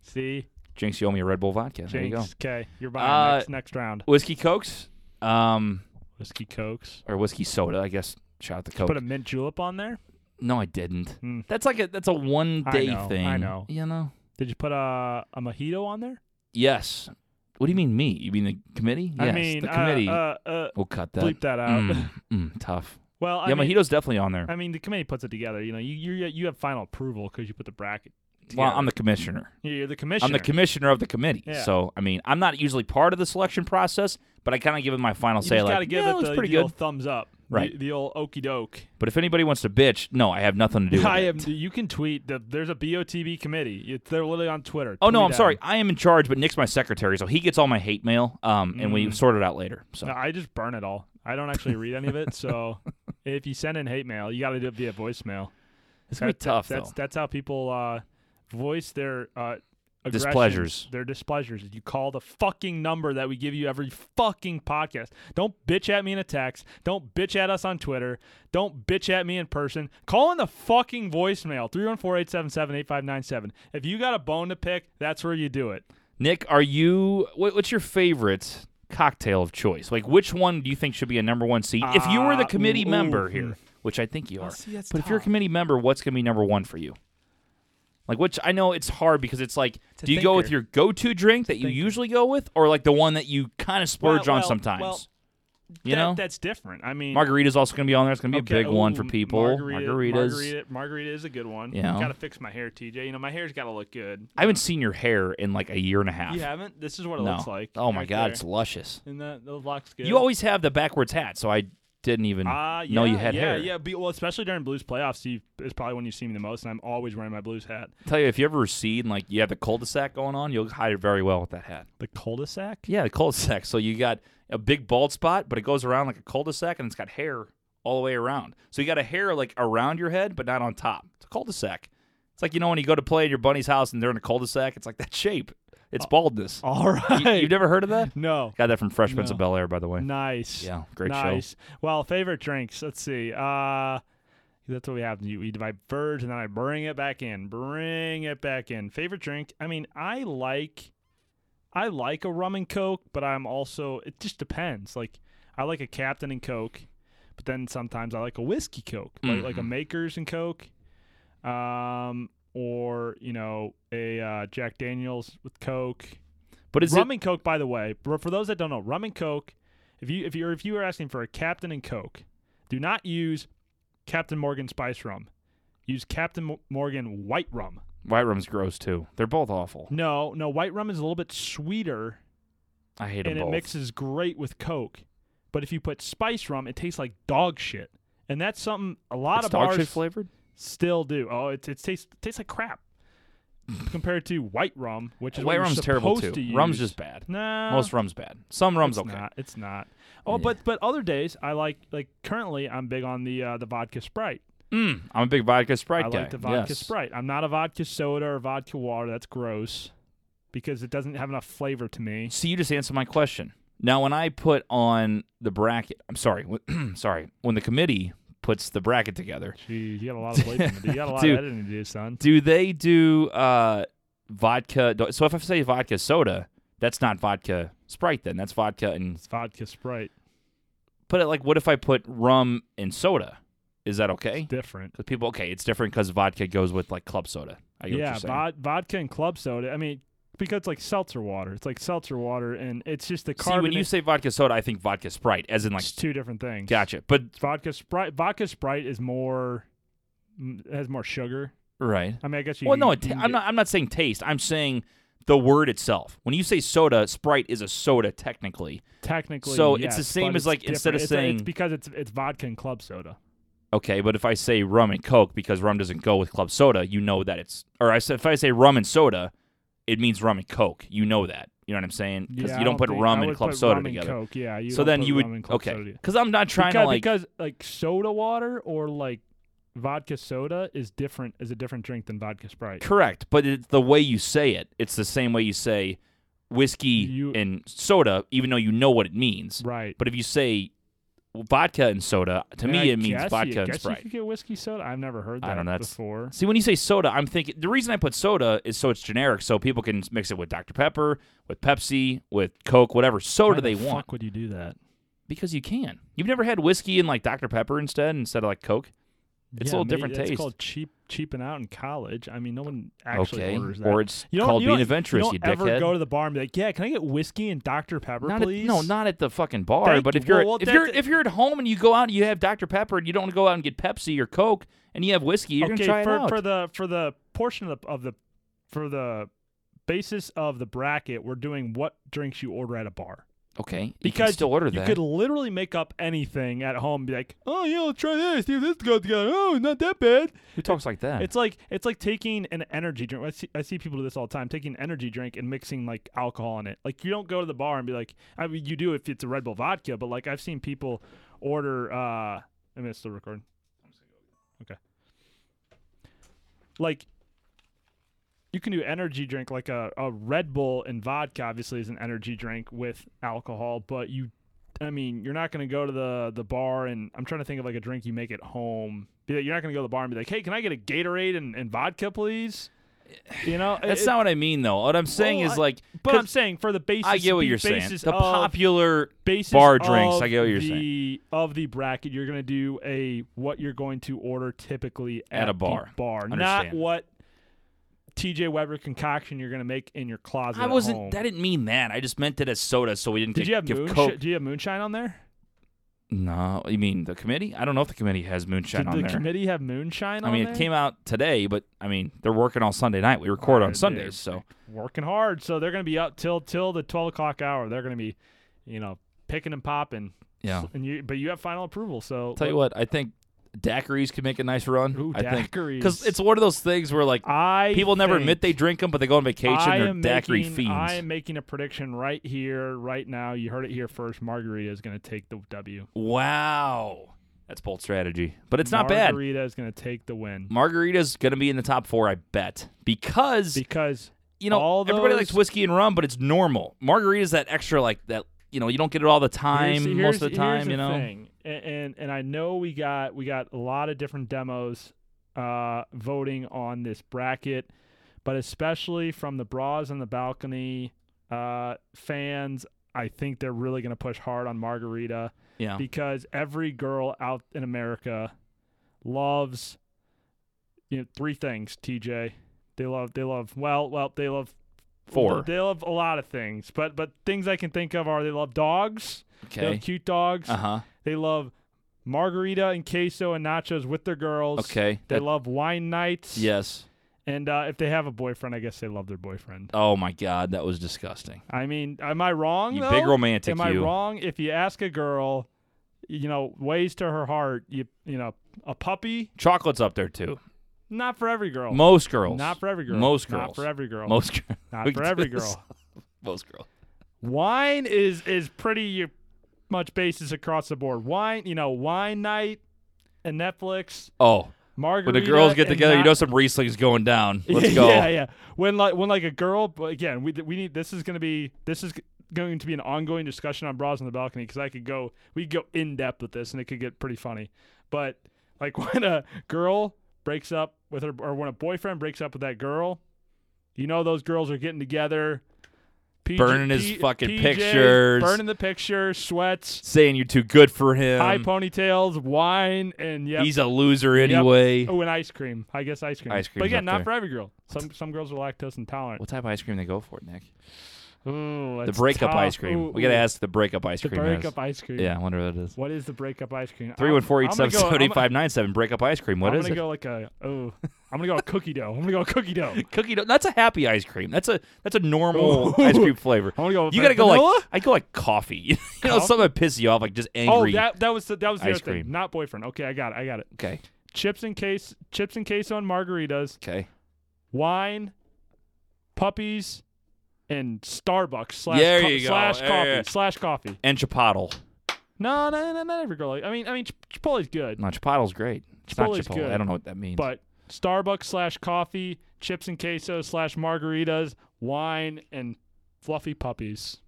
[SPEAKER 2] See,
[SPEAKER 1] Jinx, you owe me a Red Bull vodka. There you go.
[SPEAKER 2] Jinx. Okay, you're buying
[SPEAKER 1] Uh,
[SPEAKER 2] next, next round.
[SPEAKER 1] Whiskey Cokes, um,
[SPEAKER 2] Whiskey Cokes.
[SPEAKER 1] or whiskey soda, I guess. Shout out to Coke.
[SPEAKER 2] Put a mint julep on there.
[SPEAKER 1] no, I didn't.
[SPEAKER 2] Hmm.
[SPEAKER 1] That's like a that's a one
[SPEAKER 2] I
[SPEAKER 1] day
[SPEAKER 2] know, I
[SPEAKER 1] thing.
[SPEAKER 2] know.
[SPEAKER 1] You know.
[SPEAKER 2] Did you put a, a mojito on there?
[SPEAKER 1] Yes. What do you mean me? You mean the committee?
[SPEAKER 2] I
[SPEAKER 1] yes,
[SPEAKER 2] mean,
[SPEAKER 1] the
[SPEAKER 2] uh,
[SPEAKER 1] committee.
[SPEAKER 2] Uh, uh,
[SPEAKER 1] we'll cut that.
[SPEAKER 2] bleep that out.
[SPEAKER 1] Mm, mm, tough.
[SPEAKER 2] well, I
[SPEAKER 1] yeah,
[SPEAKER 2] mean,
[SPEAKER 1] mojito's definitely on there.
[SPEAKER 2] I mean, the committee puts it together. You know, you you you have final approval because you put the bracket.
[SPEAKER 1] well,
[SPEAKER 2] Together.
[SPEAKER 1] I'm the commissioner.
[SPEAKER 2] you're the commissioner.
[SPEAKER 1] I'm the commissioner of the committee.
[SPEAKER 2] Yeah.
[SPEAKER 1] So I mean, I'm not usually part of the selection process, but I kind of give it my final
[SPEAKER 2] You
[SPEAKER 1] say.
[SPEAKER 2] just
[SPEAKER 1] like,
[SPEAKER 2] gotta give
[SPEAKER 1] yeah,
[SPEAKER 2] it
[SPEAKER 1] looks
[SPEAKER 2] the,
[SPEAKER 1] pretty
[SPEAKER 2] the
[SPEAKER 1] good.
[SPEAKER 2] old thumbs up,
[SPEAKER 1] Right.
[SPEAKER 2] The, the old okey doke.
[SPEAKER 1] but if anybody wants to bitch, no, I have nothing to do. with
[SPEAKER 2] I
[SPEAKER 1] it.
[SPEAKER 2] am. You can tweet. The, there's a BOTB committee. It, they're literally on Twitter.
[SPEAKER 1] Oh no,
[SPEAKER 2] Tweet
[SPEAKER 1] I'm
[SPEAKER 2] at
[SPEAKER 1] sorry.
[SPEAKER 2] them.
[SPEAKER 1] I am in charge, but Nick's my secretary, so he gets all my hate mail. Um, and
[SPEAKER 2] Mm.
[SPEAKER 1] we sort it out later. So
[SPEAKER 2] No, I just burn it all. I don't actually read any of it. So if you send in hate mail, you got to do it via voicemail.
[SPEAKER 1] it's gonna be
[SPEAKER 2] That-
[SPEAKER 1] tough
[SPEAKER 2] That's
[SPEAKER 1] though.
[SPEAKER 2] that's how people uh, voice their uh, aggressions,
[SPEAKER 1] Displeasures.
[SPEAKER 2] Their displeasures. You call the fucking number that we give you every fucking podcast. Don't bitch at me in a text. Don't bitch at us on Twitter. Don't bitch at me in person. Call in the fucking voicemail 314-877-8597. If you got a bone to pick, that's where you do it.
[SPEAKER 1] Nick, are you? What, what's your favorite cocktail of choice? Like, which one do you think should be a number one seat? if you were the
[SPEAKER 2] Ah,
[SPEAKER 1] committee
[SPEAKER 2] ooh,
[SPEAKER 1] member
[SPEAKER 2] ooh, hmm.
[SPEAKER 1] here, which I think you are,
[SPEAKER 2] see, that's
[SPEAKER 1] but if you're a
[SPEAKER 2] tough.
[SPEAKER 1] committee member, what's gonna be number one for you? Like, which I know it's hard because it's like, do you go with
[SPEAKER 2] thinker.
[SPEAKER 1] your go-to drink that you usually go with, or like the one that you kind of splurge
[SPEAKER 2] Well,
[SPEAKER 1] on
[SPEAKER 2] well,
[SPEAKER 1] sometimes?
[SPEAKER 2] well,
[SPEAKER 1] you
[SPEAKER 2] That-
[SPEAKER 1] know,
[SPEAKER 2] that's different. I mean,
[SPEAKER 1] margarita's also gonna be on there. It's gonna be
[SPEAKER 2] Okay,
[SPEAKER 1] a big one for
[SPEAKER 2] ooh,
[SPEAKER 1] people.
[SPEAKER 2] Margarita,
[SPEAKER 1] Margaritas.
[SPEAKER 2] Margarita, margarita is a good one.
[SPEAKER 1] You know?
[SPEAKER 2] Gotta fix my hair, TJ. You know, my hair's gotta look good.
[SPEAKER 1] I haven't seen your hair in like a year and a half.
[SPEAKER 2] You haven't? This is what it
[SPEAKER 1] no.
[SPEAKER 2] looks like.
[SPEAKER 1] oh my
[SPEAKER 2] right
[SPEAKER 1] god,
[SPEAKER 2] there.
[SPEAKER 1] it's luscious.
[SPEAKER 2] and that the looks good.
[SPEAKER 1] You always have the backwards hat, so I didn't even
[SPEAKER 2] Ah, yeah,
[SPEAKER 1] know you had
[SPEAKER 2] yeah,
[SPEAKER 1] hair.
[SPEAKER 2] Yeah, be- well, especially during Blues playoffs, you, is probably when you see me the most, and I'm always wearing my Blues hat.
[SPEAKER 1] Tell you if you ever recede and like you have the cul-de-sac going on, you'll hide it very well with that hat.
[SPEAKER 2] The cul-de-sac.
[SPEAKER 1] Yeah, the cul-de-sac. So you got a big bald spot, but it goes around like a cul-de-sac, and it's got hair all the way around. So you got a hair like around your head, but not on top. It's a cul-de-sac. It's like you know when you go to play at your buddy's house and they're in a cul-de-sac. It's like that shape. It's
[SPEAKER 2] Oh,
[SPEAKER 1] baldness.
[SPEAKER 2] All right.
[SPEAKER 1] You, have never heard of that?
[SPEAKER 2] no.
[SPEAKER 1] Got that from Fresh Prince of
[SPEAKER 2] oh, No.
[SPEAKER 1] Bel Air, by the way.
[SPEAKER 2] Nice.
[SPEAKER 1] Yeah, great show.
[SPEAKER 2] nice. Well, favorite drinks. Let's see. Uh, That's what we have. You, we diverge, and then I bring it back in. Bring it back in. Favorite drink? I mean, I like, I like a rum and coke, but I'm also it just depends. Like I like a Captain and Coke, but then sometimes I like a whiskey coke, like, like a
[SPEAKER 1] Mm-hmm.
[SPEAKER 2] Maker's and Coke, um, or you know a uh, Jack Daniels with Coke
[SPEAKER 1] But is
[SPEAKER 2] rum
[SPEAKER 1] it
[SPEAKER 2] and coke, by the way, for for those that don't know, rum and coke. If you if you if you are asking for a Captain and Coke, do not use Captain Morgan Spice Rum. Use Captain Mo- Morgan White Rum.
[SPEAKER 1] white rum's gross too? They're both awful.
[SPEAKER 2] No, no, White Rum is a little bit sweeter
[SPEAKER 1] I hate
[SPEAKER 2] and
[SPEAKER 1] them
[SPEAKER 2] it
[SPEAKER 1] both.
[SPEAKER 2] mixes great with Coke. But if you put Spice Rum, it tastes like dog shit, and that's something a lot
[SPEAKER 1] it's
[SPEAKER 2] of
[SPEAKER 1] dog
[SPEAKER 2] bars
[SPEAKER 1] shit flavored.
[SPEAKER 2] still do. Oh, it, it tastes it tastes like crap compared to White Rum, which is what
[SPEAKER 1] White
[SPEAKER 2] you're
[SPEAKER 1] rum's terrible
[SPEAKER 2] supposed
[SPEAKER 1] too.
[SPEAKER 2] To
[SPEAKER 1] Rum's
[SPEAKER 2] use.
[SPEAKER 1] just bad.
[SPEAKER 2] Nah.
[SPEAKER 1] Most rum's bad. Some rum's
[SPEAKER 2] it's
[SPEAKER 1] okay.
[SPEAKER 2] not. It's not. Oh, but but other days I like like currently I'm big on the uh, the vodka Sprite.
[SPEAKER 1] Mm, I'm a big vodka Sprite
[SPEAKER 2] I
[SPEAKER 1] guy.
[SPEAKER 2] like the vodka
[SPEAKER 1] yes.
[SPEAKER 2] Sprite. I'm not a vodka soda or vodka water. That's gross because it doesn't have enough flavor to me.
[SPEAKER 1] See, you just answered my question. Now, when I put on the bracket, I'm sorry, when- sorry, when the committee puts the bracket together,
[SPEAKER 2] Jeez, you got a lot of blame. you got a lot
[SPEAKER 1] Dude.
[SPEAKER 2] of editing to do, son.
[SPEAKER 1] do they do uh, vodka? do- So if I say vodka soda, that's not vodka Sprite then. That's vodka and.
[SPEAKER 2] It's vodka Sprite.
[SPEAKER 1] But like, what if I put rum and soda? Is that okay?
[SPEAKER 2] Different.
[SPEAKER 1] 'Cause people, okay, it's different because vodka goes with like club soda. I get what
[SPEAKER 2] yeah,
[SPEAKER 1] you're saying.
[SPEAKER 2] vod- vodka and club soda. I mean, because it's like seltzer water. It's like seltzer water, and it's just the
[SPEAKER 1] See,
[SPEAKER 2] carbon.
[SPEAKER 1] when you say vodka soda, I think vodka Sprite, as in like,
[SPEAKER 2] it's two different things.
[SPEAKER 1] gotcha. But
[SPEAKER 2] Vodka Sprite. Vodka Sprite is more mm, it has more sugar.
[SPEAKER 1] right.
[SPEAKER 2] I mean, I guess you.
[SPEAKER 1] Well, no,
[SPEAKER 2] you
[SPEAKER 1] it,
[SPEAKER 2] can
[SPEAKER 1] I'm
[SPEAKER 2] get-
[SPEAKER 1] not. I'm not saying taste. I'm saying the word itself. When you say soda, Sprite is a soda technically.
[SPEAKER 2] Technically,
[SPEAKER 1] So it's the
[SPEAKER 2] yes,
[SPEAKER 1] same
[SPEAKER 2] but
[SPEAKER 1] as,
[SPEAKER 2] it's
[SPEAKER 1] like, instead of
[SPEAKER 2] different. It's a-
[SPEAKER 1] saying-
[SPEAKER 2] it's because it's it's vodka and club soda.
[SPEAKER 1] Okay, but if I say rum and coke because rum doesn't go with club soda, you know that it's. Or I said if I say rum and soda, it means rum and coke. You know that. You know what I'm saying? Because
[SPEAKER 2] Yeah, I
[SPEAKER 1] you don't, put
[SPEAKER 2] think-
[SPEAKER 1] rum
[SPEAKER 2] I
[SPEAKER 1] and
[SPEAKER 2] would
[SPEAKER 1] club
[SPEAKER 2] put
[SPEAKER 1] soda
[SPEAKER 2] rum and
[SPEAKER 1] together.
[SPEAKER 2] Coke, yeah. You
[SPEAKER 1] so
[SPEAKER 2] don't
[SPEAKER 1] then
[SPEAKER 2] put
[SPEAKER 1] you
[SPEAKER 2] rum and
[SPEAKER 1] would
[SPEAKER 2] club
[SPEAKER 1] okay.
[SPEAKER 2] soda.
[SPEAKER 1] Because I'm not trying
[SPEAKER 2] because,
[SPEAKER 1] to like.
[SPEAKER 2] because like soda water or like vodka soda is different is a different drink than vodka Sprite.
[SPEAKER 1] Correct, but it's the way you say it. It's the same way you say whiskey
[SPEAKER 2] You-
[SPEAKER 1] and soda, even though you know what it means.
[SPEAKER 2] Right.
[SPEAKER 1] But if you say vodka and soda, to
[SPEAKER 2] And
[SPEAKER 1] me
[SPEAKER 2] I
[SPEAKER 1] it means
[SPEAKER 2] guess you-
[SPEAKER 1] vodka and
[SPEAKER 2] guess You
[SPEAKER 1] Sprite.
[SPEAKER 2] could get whiskey soda. I've never heard that
[SPEAKER 1] I don't know. That's,
[SPEAKER 2] before.
[SPEAKER 1] See, when you say soda, I'm thinking the reason I put soda is so it's generic, so people can mix it with Dr Pepper, with Pepsi, with Coke, whatever soda
[SPEAKER 2] Why
[SPEAKER 1] they
[SPEAKER 2] the
[SPEAKER 1] want.
[SPEAKER 2] Fuck would you do that?
[SPEAKER 1] Because you can. You've never had whiskey and like Dr Pepper instead instead of like Coke. It's a
[SPEAKER 2] Yeah,
[SPEAKER 1] little
[SPEAKER 2] maybe
[SPEAKER 1] different
[SPEAKER 2] that's
[SPEAKER 1] taste.
[SPEAKER 2] called cheap cheaping out in college. I mean, no one actually
[SPEAKER 1] okay,
[SPEAKER 2] orders that.
[SPEAKER 1] or it's
[SPEAKER 2] you don't,
[SPEAKER 1] called
[SPEAKER 2] you
[SPEAKER 1] being
[SPEAKER 2] don't-
[SPEAKER 1] adventurous.
[SPEAKER 2] You
[SPEAKER 1] You,
[SPEAKER 2] don't ever
[SPEAKER 1] dickhead.
[SPEAKER 2] go to the bar and be like, "Yeah, can I get whiskey and Dr Pepper,
[SPEAKER 1] Not at,
[SPEAKER 2] please?"
[SPEAKER 1] no, not at the fucking bar.
[SPEAKER 2] Thank
[SPEAKER 1] but
[SPEAKER 2] you.
[SPEAKER 1] if you're
[SPEAKER 2] Well, well,
[SPEAKER 1] if you're
[SPEAKER 2] that's-
[SPEAKER 1] if you're at home and you go out and you have Dr Pepper and you don't go out and get Pepsi or Coke and you have whiskey, you're
[SPEAKER 2] okay,
[SPEAKER 1] gonna try
[SPEAKER 2] for,
[SPEAKER 1] it out.
[SPEAKER 2] for the for the portion of the, of the for the basis of the bracket, we're doing what drinks you order at a bar.
[SPEAKER 1] okay, you
[SPEAKER 2] Because
[SPEAKER 1] can still order
[SPEAKER 2] you
[SPEAKER 1] that.
[SPEAKER 2] could literally make up anything at home, and be like, "Oh yeah, let's try this. See if this goes together. Oh, not that bad."
[SPEAKER 1] Who talks like that?
[SPEAKER 2] It's like it's like taking an energy drink. I see, I see people do this all the time, taking an energy drink and mixing like alcohol in it. Like you don't go to the bar and be like, I mean, you do if it's a Red Bull vodka, but like I've seen people order. uh I mean, it's still recording. Okay. Like. You can do energy drink like a, a Red Bull and vodka obviously is an energy drink with alcohol, but you I mean, you're not going to go to the the bar and I'm trying to think of like a drink you make at home. Be like, you're not going to go to the bar and be like, "Hey, can I get a Gatorade and, and vodka, please?" You know,
[SPEAKER 1] That's
[SPEAKER 2] it-
[SPEAKER 1] not what I mean though. What I'm saying
[SPEAKER 2] Well,
[SPEAKER 1] is
[SPEAKER 2] I-
[SPEAKER 1] like,
[SPEAKER 2] But I'm
[SPEAKER 1] 'cause
[SPEAKER 2] saying for the basis,
[SPEAKER 1] I get what
[SPEAKER 2] the
[SPEAKER 1] you're saying.
[SPEAKER 2] basis
[SPEAKER 1] The
[SPEAKER 2] of-
[SPEAKER 1] popular
[SPEAKER 2] basis
[SPEAKER 1] bar drinks.
[SPEAKER 2] of
[SPEAKER 1] I get what you're saying.
[SPEAKER 2] the, Of the bracket, you're going to do a what you're going to order typically
[SPEAKER 1] At
[SPEAKER 2] at,
[SPEAKER 1] a bar.
[SPEAKER 2] the bar, not
[SPEAKER 1] Understand.
[SPEAKER 2] what TJ Weber concoction you're going to make in your closet.
[SPEAKER 1] I
[SPEAKER 2] at
[SPEAKER 1] wasn't.
[SPEAKER 2] home.
[SPEAKER 1] That didn't mean that. I just meant it as soda, so we didn't.
[SPEAKER 2] Did
[SPEAKER 1] give,
[SPEAKER 2] you have
[SPEAKER 1] give
[SPEAKER 2] moonshine?
[SPEAKER 1] Coke.
[SPEAKER 2] Do you have moonshine on there?
[SPEAKER 1] No, you mean the committee? I don't know if the committee has moonshine
[SPEAKER 2] Did
[SPEAKER 1] on
[SPEAKER 2] the
[SPEAKER 1] there.
[SPEAKER 2] committee have moonshine
[SPEAKER 1] I
[SPEAKER 2] on
[SPEAKER 1] mean,
[SPEAKER 2] there?
[SPEAKER 1] it came out today, but I mean, they're working all Sunday night. We record on
[SPEAKER 2] They're-
[SPEAKER 1] Sundays,
[SPEAKER 2] they're
[SPEAKER 1] so
[SPEAKER 2] working hard. So they're going to be up till till the twelve o'clock hour. They're going to be, you know, picking and popping.
[SPEAKER 1] yeah.
[SPEAKER 2] And you, but you have final approval. So
[SPEAKER 1] Tell you what, I think daiquiris could make a nice run.
[SPEAKER 2] Ooh,
[SPEAKER 1] I think because
[SPEAKER 2] daiquiris.
[SPEAKER 1] it's one of those things where like
[SPEAKER 2] I
[SPEAKER 1] people never admit they
[SPEAKER 2] think
[SPEAKER 1] drink them, but they go on vacation.
[SPEAKER 2] I
[SPEAKER 1] They're
[SPEAKER 2] am
[SPEAKER 1] daiquiri
[SPEAKER 2] making,
[SPEAKER 1] fiends.
[SPEAKER 2] I am making a prediction right here, right now. You heard it here first. Margarita is going to take the W.
[SPEAKER 1] Wow, that's bold strategy, but it's not bad.
[SPEAKER 2] Margarita is going to take the win
[SPEAKER 1] Margarita's gonna be in the top four, I bet, because
[SPEAKER 2] because
[SPEAKER 1] you know
[SPEAKER 2] all
[SPEAKER 1] everybody
[SPEAKER 2] those-
[SPEAKER 1] likes whiskey and rum, but it's normal. Margarita's that extra like that. You know, you don't get it all the time,
[SPEAKER 2] Here's-
[SPEAKER 1] most of
[SPEAKER 2] here's-
[SPEAKER 1] the time.
[SPEAKER 2] here's
[SPEAKER 1] you know,
[SPEAKER 2] thing. and, and and I know we got we got a lot of different demos uh, voting on this bracket, but especially from the bras on the balcony uh, fans, I think they're really going to push hard on Margarita
[SPEAKER 1] Yeah.
[SPEAKER 2] because every girl out in America loves you know three things. TJ, they love they love well well they love
[SPEAKER 1] Four.
[SPEAKER 2] They love a lot of things, but but things I can think of are they love dogs. They
[SPEAKER 1] Okay.
[SPEAKER 2] love cute dogs.
[SPEAKER 1] Uh huh.
[SPEAKER 2] They love margarita and queso and nachos with their girls.
[SPEAKER 1] Okay.
[SPEAKER 2] They
[SPEAKER 1] That-
[SPEAKER 2] love wine nights.
[SPEAKER 1] Yes.
[SPEAKER 2] And uh, if they have a boyfriend, I guess they love their boyfriend.
[SPEAKER 1] Oh my God, that was disgusting.
[SPEAKER 2] I mean, am I wrong?
[SPEAKER 1] You
[SPEAKER 2] though?
[SPEAKER 1] big romantic,
[SPEAKER 2] Am I
[SPEAKER 1] you.
[SPEAKER 2] wrong? If you ask a girl, you know, ways to her heart, you you know, a puppy,
[SPEAKER 1] Chocolate's up there too.
[SPEAKER 2] not for every girl.
[SPEAKER 1] Most girls.
[SPEAKER 2] Oh, Not for every girl.
[SPEAKER 1] Most
[SPEAKER 2] Not
[SPEAKER 1] girls.
[SPEAKER 2] for every girl.
[SPEAKER 1] Most girls.
[SPEAKER 2] Not for every girl.
[SPEAKER 1] Most girls.
[SPEAKER 2] Wine is is pretty much basis across the board. Wine, you know, wine night and Netflix.
[SPEAKER 1] Oh,
[SPEAKER 2] Margarita.
[SPEAKER 1] when the girls get
[SPEAKER 2] and
[SPEAKER 1] together, you
[SPEAKER 2] not-
[SPEAKER 1] know some Riesling's going down. Let's
[SPEAKER 2] yeah,
[SPEAKER 1] go.
[SPEAKER 2] Yeah, yeah. When like when like a girl but again, we we need this is going to be this is going to be an ongoing discussion on bras on the balcony because I could go we could go in depth with this and it could get pretty funny. But like when a girl breaks up with her or when a boyfriend breaks up with that girl, you know those girls are getting together. PJ
[SPEAKER 1] Burning his
[SPEAKER 2] P-
[SPEAKER 1] fucking
[SPEAKER 2] PJs,
[SPEAKER 1] pictures.
[SPEAKER 2] burning the picture, sweats,
[SPEAKER 1] Saying you're too good for him.
[SPEAKER 2] high ponytails, wine, and yeah,
[SPEAKER 1] He's a loser anyway.
[SPEAKER 2] Oh, and ice cream. I guess ice cream.
[SPEAKER 1] Ice
[SPEAKER 2] But
[SPEAKER 1] cream's
[SPEAKER 2] again,
[SPEAKER 1] up
[SPEAKER 2] not
[SPEAKER 1] there.
[SPEAKER 2] for every girl. Some some girls are lactose intolerant.
[SPEAKER 1] What type of ice cream they go for, Nick?
[SPEAKER 2] Ooh,
[SPEAKER 1] The
[SPEAKER 2] that's
[SPEAKER 1] breakup
[SPEAKER 2] tough.
[SPEAKER 1] ice cream.
[SPEAKER 2] Ooh,
[SPEAKER 1] we gotta
[SPEAKER 2] ooh.
[SPEAKER 1] ask the breakup ice
[SPEAKER 2] the
[SPEAKER 1] cream. is.
[SPEAKER 2] breakup ice cream.
[SPEAKER 1] Yeah, I wonder what it is.
[SPEAKER 2] What is the breakup ice cream?
[SPEAKER 1] Three one four
[SPEAKER 2] I'm-
[SPEAKER 1] eight
[SPEAKER 2] I'm
[SPEAKER 1] seven
[SPEAKER 2] gonna go-
[SPEAKER 1] seven eight
[SPEAKER 2] I'm-
[SPEAKER 1] five nine seven. Breakup ice cream. What
[SPEAKER 2] I'm
[SPEAKER 1] is
[SPEAKER 2] gonna
[SPEAKER 1] it?
[SPEAKER 2] go like a oh, I'm gonna go cookie dough. I'm gonna go cookie dough.
[SPEAKER 1] Cookie dough. That's a happy ice cream. That's a that's a normal ice cream flavor.
[SPEAKER 2] I wanna go with
[SPEAKER 1] You gotta go
[SPEAKER 2] vanilla?
[SPEAKER 1] like I go like coffee. you know, something that pisses you off, like just angry.
[SPEAKER 2] Oh, that that was the, that was the
[SPEAKER 1] ice
[SPEAKER 2] other thing.
[SPEAKER 1] cream.
[SPEAKER 2] Not boyfriend. Okay, I got it. I got it.
[SPEAKER 1] okay.
[SPEAKER 2] Chips and case, chips and queso and margaritas,
[SPEAKER 1] Okay.
[SPEAKER 2] wine, puppies, and Starbucks slash
[SPEAKER 1] There
[SPEAKER 2] co-
[SPEAKER 1] you go.
[SPEAKER 2] slash
[SPEAKER 1] Yeah,
[SPEAKER 2] coffee
[SPEAKER 1] yeah, yeah.
[SPEAKER 2] slash coffee.
[SPEAKER 1] And chipotle.
[SPEAKER 2] No, no, no, not every girl. like- I mean, I mean, Chip- Chipotle's good,
[SPEAKER 1] No, chipotle's great. It's
[SPEAKER 2] Chipotle's
[SPEAKER 1] not chipotle.
[SPEAKER 2] good.
[SPEAKER 1] I don't know what that means.
[SPEAKER 2] but Starbucks slash coffee, chips and queso slash margaritas, wine, and fluffy puppies.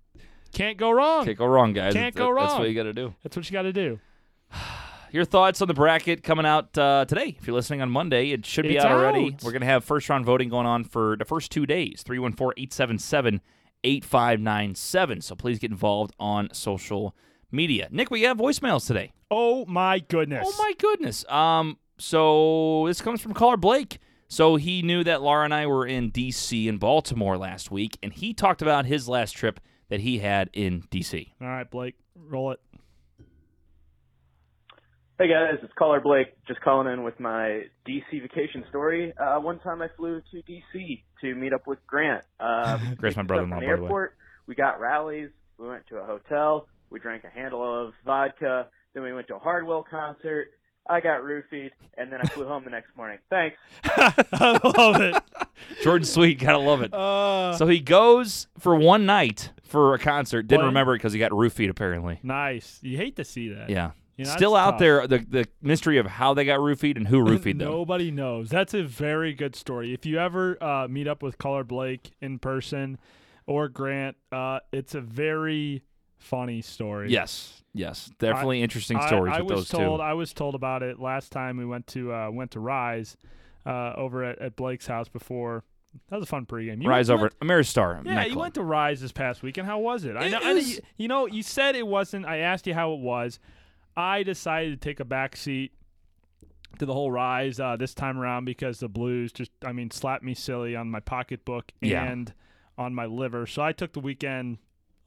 [SPEAKER 2] Can't go wrong.
[SPEAKER 1] can't go wrong, guys.
[SPEAKER 2] Can't
[SPEAKER 1] That-
[SPEAKER 2] go
[SPEAKER 1] That's what
[SPEAKER 2] wrong.
[SPEAKER 1] you gotta do.
[SPEAKER 2] That's what you got to do.
[SPEAKER 1] Your thoughts on the bracket coming out uh, today? If you're listening on Monday, it should be
[SPEAKER 2] It's
[SPEAKER 1] out, already.
[SPEAKER 2] out.
[SPEAKER 1] We're going to have first round voting going on for the first two days 314 877 8597. So please get involved on social media. Nick, we have voicemails today.
[SPEAKER 2] Oh my goodness.
[SPEAKER 1] Oh, my goodness. Um, so this comes from caller Blake. So he knew that Laura and I were in D.C. and Baltimore last week, and he talked about his last trip that he had in D.C.
[SPEAKER 2] All right, Blake, roll it.
[SPEAKER 8] Hey guys, it's caller Blake. Just calling in with my DC vacation story. Uh, one time I flew to DC to meet up with Grant. Uh,
[SPEAKER 1] Grace, my
[SPEAKER 8] we picked us up
[SPEAKER 1] brother-in-law,
[SPEAKER 8] from
[SPEAKER 1] by the way.
[SPEAKER 8] airport. We got rallies. We went to a hotel. We drank a handle of vodka. Then we went to a Hardwell concert. I got roofied, and then I flew home the next morning. Thanks.
[SPEAKER 2] I love it.
[SPEAKER 1] Jordan Sweet, gotta love it.
[SPEAKER 2] Uh,
[SPEAKER 1] So he goes for one night for a concert. Didn't
[SPEAKER 2] What?
[SPEAKER 1] remember it because he got roofied apparently.
[SPEAKER 2] nice. You hate to see that.
[SPEAKER 1] Yeah.
[SPEAKER 2] You know,
[SPEAKER 1] Still
[SPEAKER 2] that's
[SPEAKER 1] out
[SPEAKER 2] tough.
[SPEAKER 1] there the the mystery of how they got roofied and who roofied them.
[SPEAKER 2] Nobody knows. That's a very good story. If you ever uh, meet up with Caller Blake in person or Grant, uh, it's a very funny story.
[SPEAKER 1] Yes. Yes. Definitely interesting
[SPEAKER 2] I-
[SPEAKER 1] stories
[SPEAKER 2] I,
[SPEAKER 1] with
[SPEAKER 2] was
[SPEAKER 1] those
[SPEAKER 2] told
[SPEAKER 1] two.
[SPEAKER 2] I was told about it last time we went to uh, went to Rise uh, over at, at Blake's house before. That was a fun pregame. You
[SPEAKER 1] Rise
[SPEAKER 2] went,
[SPEAKER 1] over
[SPEAKER 2] You
[SPEAKER 1] at Ameristar.
[SPEAKER 2] went, yeah, you went to Rise this past weekend. How was it? I
[SPEAKER 1] uh, It
[SPEAKER 2] know. I know
[SPEAKER 1] is-
[SPEAKER 2] you, you know. You said it wasn't. I asked you how it was. I decided to take a back seat to the whole Rise uh, this time around because the Blues just, I mean, slapped me silly on my pocketbook
[SPEAKER 1] Yeah.
[SPEAKER 2] and on my liver. So I took the weekend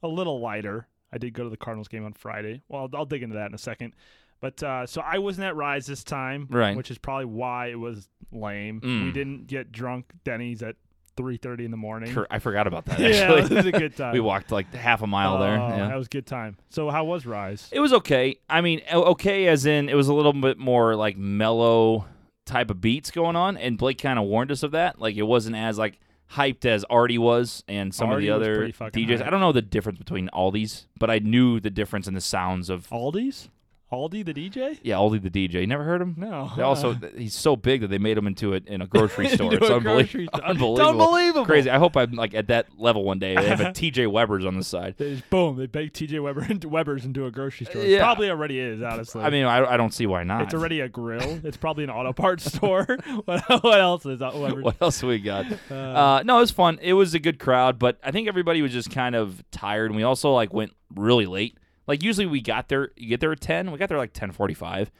[SPEAKER 2] a little lighter. I did go to the Cardinals game on Friday. Well, I'll, I'll dig into that in a second. But uh, so I wasn't at Rise this time,
[SPEAKER 1] Right.
[SPEAKER 2] Which is probably why it was lame.
[SPEAKER 1] Mm.
[SPEAKER 2] We didn't get drunk Denny's at three thirty in the morning.
[SPEAKER 1] Cor- I forgot about that
[SPEAKER 2] Yeah,
[SPEAKER 1] actually.
[SPEAKER 2] it was a good time.
[SPEAKER 1] we walked like half a mile there.
[SPEAKER 2] Oh,
[SPEAKER 1] Yeah.
[SPEAKER 2] That was a good time. So how was Rise?
[SPEAKER 1] It was okay. I mean, o- okay as in it was a little bit more like mellow type of beats going on, and Blake kind of warned us of that. Like it wasn't as like hyped as Artie was, and some
[SPEAKER 2] Artie
[SPEAKER 1] of
[SPEAKER 2] was
[SPEAKER 1] the other
[SPEAKER 2] pretty fucking
[SPEAKER 1] DJs.
[SPEAKER 2] hype.
[SPEAKER 1] I don't know the difference between all these, but I knew the difference in the sounds of
[SPEAKER 2] Aldi's? Aldi the DJ?
[SPEAKER 1] Yeah, Oldie the DJ. Never heard him?
[SPEAKER 2] No.
[SPEAKER 1] They also, he's so big that they made him into it in a grocery store.
[SPEAKER 2] Into
[SPEAKER 1] it's
[SPEAKER 2] a
[SPEAKER 1] unbelie-
[SPEAKER 2] grocery store.
[SPEAKER 1] unbelievable.
[SPEAKER 2] It's unbelievable.
[SPEAKER 1] Crazy. I hope I'm like at that level one day. They have a TJ Weber's on the side.
[SPEAKER 2] They just, boom, they baked TJ Weber into Weber's into a grocery store.
[SPEAKER 1] Yeah.
[SPEAKER 2] Probably already is, honestly.
[SPEAKER 1] I mean, I, I don't see why not.
[SPEAKER 2] it's already a grill. It's probably an auto parts store. what, what else is that? Weber's?
[SPEAKER 1] what else we got? Uh, no, it was fun. It was a good crowd, but I think everybody was just kind of tired. And we also like went really late. Like usually we got there, you get there at ten. We got there like ten forty-five,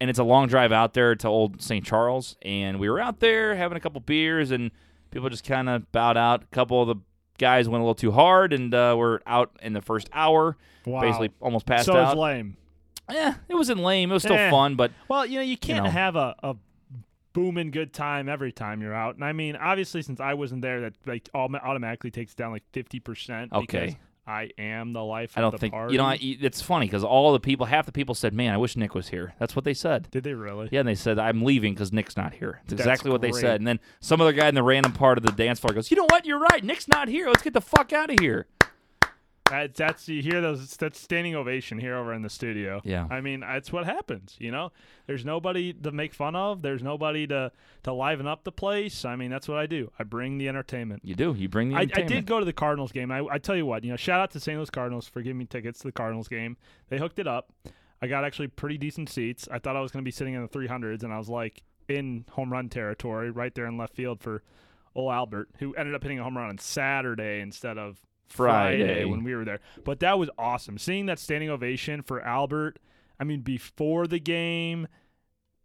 [SPEAKER 1] and it's a long drive out there to Old St. Charles. And we were out there having a couple beers, and people just kind of bowed out. A couple of the guys went a little too hard, and uh, were out in the first hour.
[SPEAKER 2] Wow.
[SPEAKER 1] Basically, almost passed
[SPEAKER 2] so it's
[SPEAKER 1] out.
[SPEAKER 2] lame.
[SPEAKER 1] yeah, it wasn't lame. It was still
[SPEAKER 2] Eh.
[SPEAKER 1] fun, but
[SPEAKER 2] Well, you know, you can't
[SPEAKER 1] know.
[SPEAKER 2] have a, a booming good time every time you're out. And I mean, obviously, since I wasn't there, that like autom- automatically takes down like fifty percent.
[SPEAKER 1] Okay.
[SPEAKER 2] I am the life.
[SPEAKER 1] I
[SPEAKER 2] of
[SPEAKER 1] don't
[SPEAKER 2] the
[SPEAKER 1] think
[SPEAKER 2] party.
[SPEAKER 1] you know. I, e, it's funny because all the people, half the people said, "Man, I wish Nick was here." That's what they said.
[SPEAKER 2] Did they really?
[SPEAKER 1] Yeah, and they said, "I'm leaving because Nick's not here." That's
[SPEAKER 2] That's
[SPEAKER 1] exactly what they
[SPEAKER 2] great.
[SPEAKER 1] said. And then some other guy in the random part of the dance floor goes, "You know what? You're right. Nick's not here. Let's get the fuck out of here."
[SPEAKER 2] That, that's you hear those. That's standing ovation here over in the studio.
[SPEAKER 1] Yeah.
[SPEAKER 2] I mean, that's what happens. You know, there's nobody to make fun of. There's nobody to to liven up the place. I mean, that's what I do. I bring the entertainment.
[SPEAKER 1] You do. You bring the
[SPEAKER 2] I, I
[SPEAKER 1] entertainment.
[SPEAKER 2] did go to the Cardinals game. I, I tell you what, you know, shout out to St. Louis Cardinals for giving me tickets to the Cardinals game. They hooked it up. I got actually pretty decent seats. I thought I was going to be sitting in the 300s, and I was like in home run territory right there in left field for Ol Albert, who ended up hitting a home run on Saturday instead of Friday,
[SPEAKER 1] Friday.
[SPEAKER 2] when we were there. But that was awesome. Seeing that standing ovation for Albert, I mean, before the game,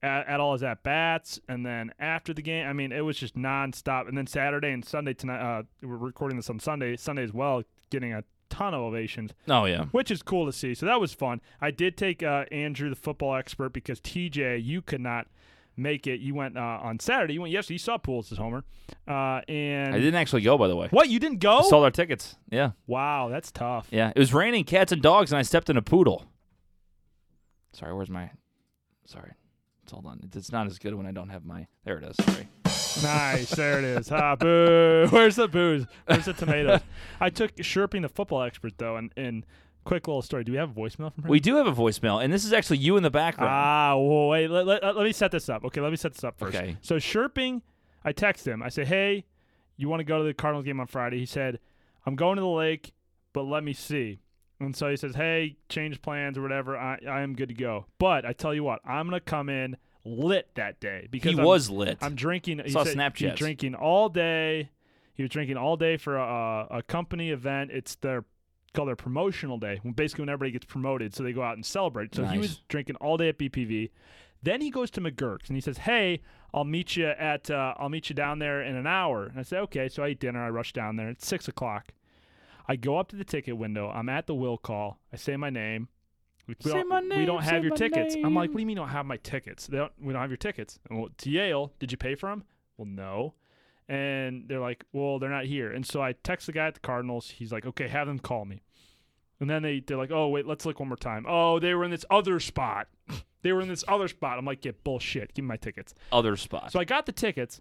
[SPEAKER 2] at, at all his at bats, and then after the game, I mean, it was just nonstop. And then Saturday and Sunday tonight, uh, we're recording this on Sunday, Sunday as well, getting a ton of ovations,
[SPEAKER 1] Oh yeah.
[SPEAKER 2] which is cool to see. So that was fun. I did take uh, Andrew, the football expert, because TJ, you could not make it. You went uh, on Saturday. You went yesterday. You saw Pools' homer, uh, and
[SPEAKER 1] I didn't actually go, by the way.
[SPEAKER 2] what you didn't go?
[SPEAKER 1] I sold our tickets. Yeah,
[SPEAKER 2] wow, that's tough.
[SPEAKER 1] yeah. It was raining cats and dogs, and I stepped in a poodle. Sorry, where's my? Sorry, it's hold on. It's not as good when I don't have my. There it is. Sorry.
[SPEAKER 2] Nice, there it is. Ah, boo. Where's the booze? Where's the tomatoes? I took Sherping the football expert though, and, and quick little story. Do we have a voicemail from her?
[SPEAKER 1] We do have a voicemail, and this is actually you in the background.
[SPEAKER 2] ah, well, wait. Let, let, let me set this up. Okay, let me set this up first.
[SPEAKER 1] Okay.
[SPEAKER 2] So Sherping, I text him. I say, hey, you want to go to the Cardinals game on Friday? He said, I'm going to the lake, but let me see. And so he says, hey, change plans or whatever. I, I am good to go. But I tell you what, I'm gonna come in lit that day because
[SPEAKER 1] he
[SPEAKER 2] I'm-
[SPEAKER 1] was lit.
[SPEAKER 2] I'm drinking. He
[SPEAKER 1] Saw
[SPEAKER 2] said he
[SPEAKER 1] Snapchats.
[SPEAKER 2] drinking all day. He was drinking all day for a, a company event. It's their called their promotional day. When basically when everybody gets promoted, so they go out and celebrate. So he
[SPEAKER 1] Nice.
[SPEAKER 2] was drinking all day at BPV. Then he goes to McGurk's and he says, "Hey, I'll meet you at uh, I'll meet you down there in an hour." And I say, "Okay." So I eat dinner. I rush down there. It's six o'clock. I go up to the ticket window. I'm at the will call. I say my name. We, we
[SPEAKER 1] Say
[SPEAKER 2] don't,
[SPEAKER 1] my
[SPEAKER 2] we
[SPEAKER 1] name,
[SPEAKER 2] don't have
[SPEAKER 1] say
[SPEAKER 2] your
[SPEAKER 1] my
[SPEAKER 2] tickets.
[SPEAKER 1] name.
[SPEAKER 2] I'm like, what do you mean don't have my tickets? They don't, we don't have your tickets. And well, to Yale, did you pay for them? Well, no. And they're like, well, they're not here. And so I text the guy at the Cardinals. He's like, okay, have them call me. And then they, they're like, oh, wait, let's look one more time. Oh, they were in this other spot. They were in this other spot. I'm like, yeah, bullshit. Give me my tickets.
[SPEAKER 1] Other spot.
[SPEAKER 2] So I got the tickets,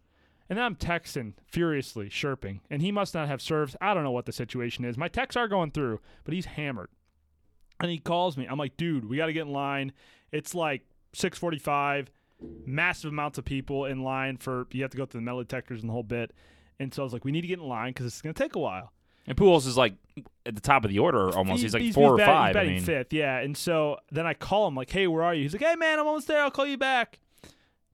[SPEAKER 2] and then I'm texting furiously, chirping, and he must not have served. I don't know what the situation is. My texts are going through, but he's hammered, and he calls me. I'm like, dude, we got to get in line. It's like 6:45, massive amounts of people in line for. You have to go through the metal detectors and the whole bit. And so I was like, we need to get in line because it's going to take a while.
[SPEAKER 1] And Pujols is like at the top of the order almost. He's like
[SPEAKER 2] He-
[SPEAKER 1] four or
[SPEAKER 2] bet-
[SPEAKER 1] five.
[SPEAKER 2] He's
[SPEAKER 1] I
[SPEAKER 2] betting
[SPEAKER 1] mean,
[SPEAKER 2] fifth, yeah. And so then I call him like, "Hey, where are you?" He's like, "Hey, man, I'm almost there. I'll call you back."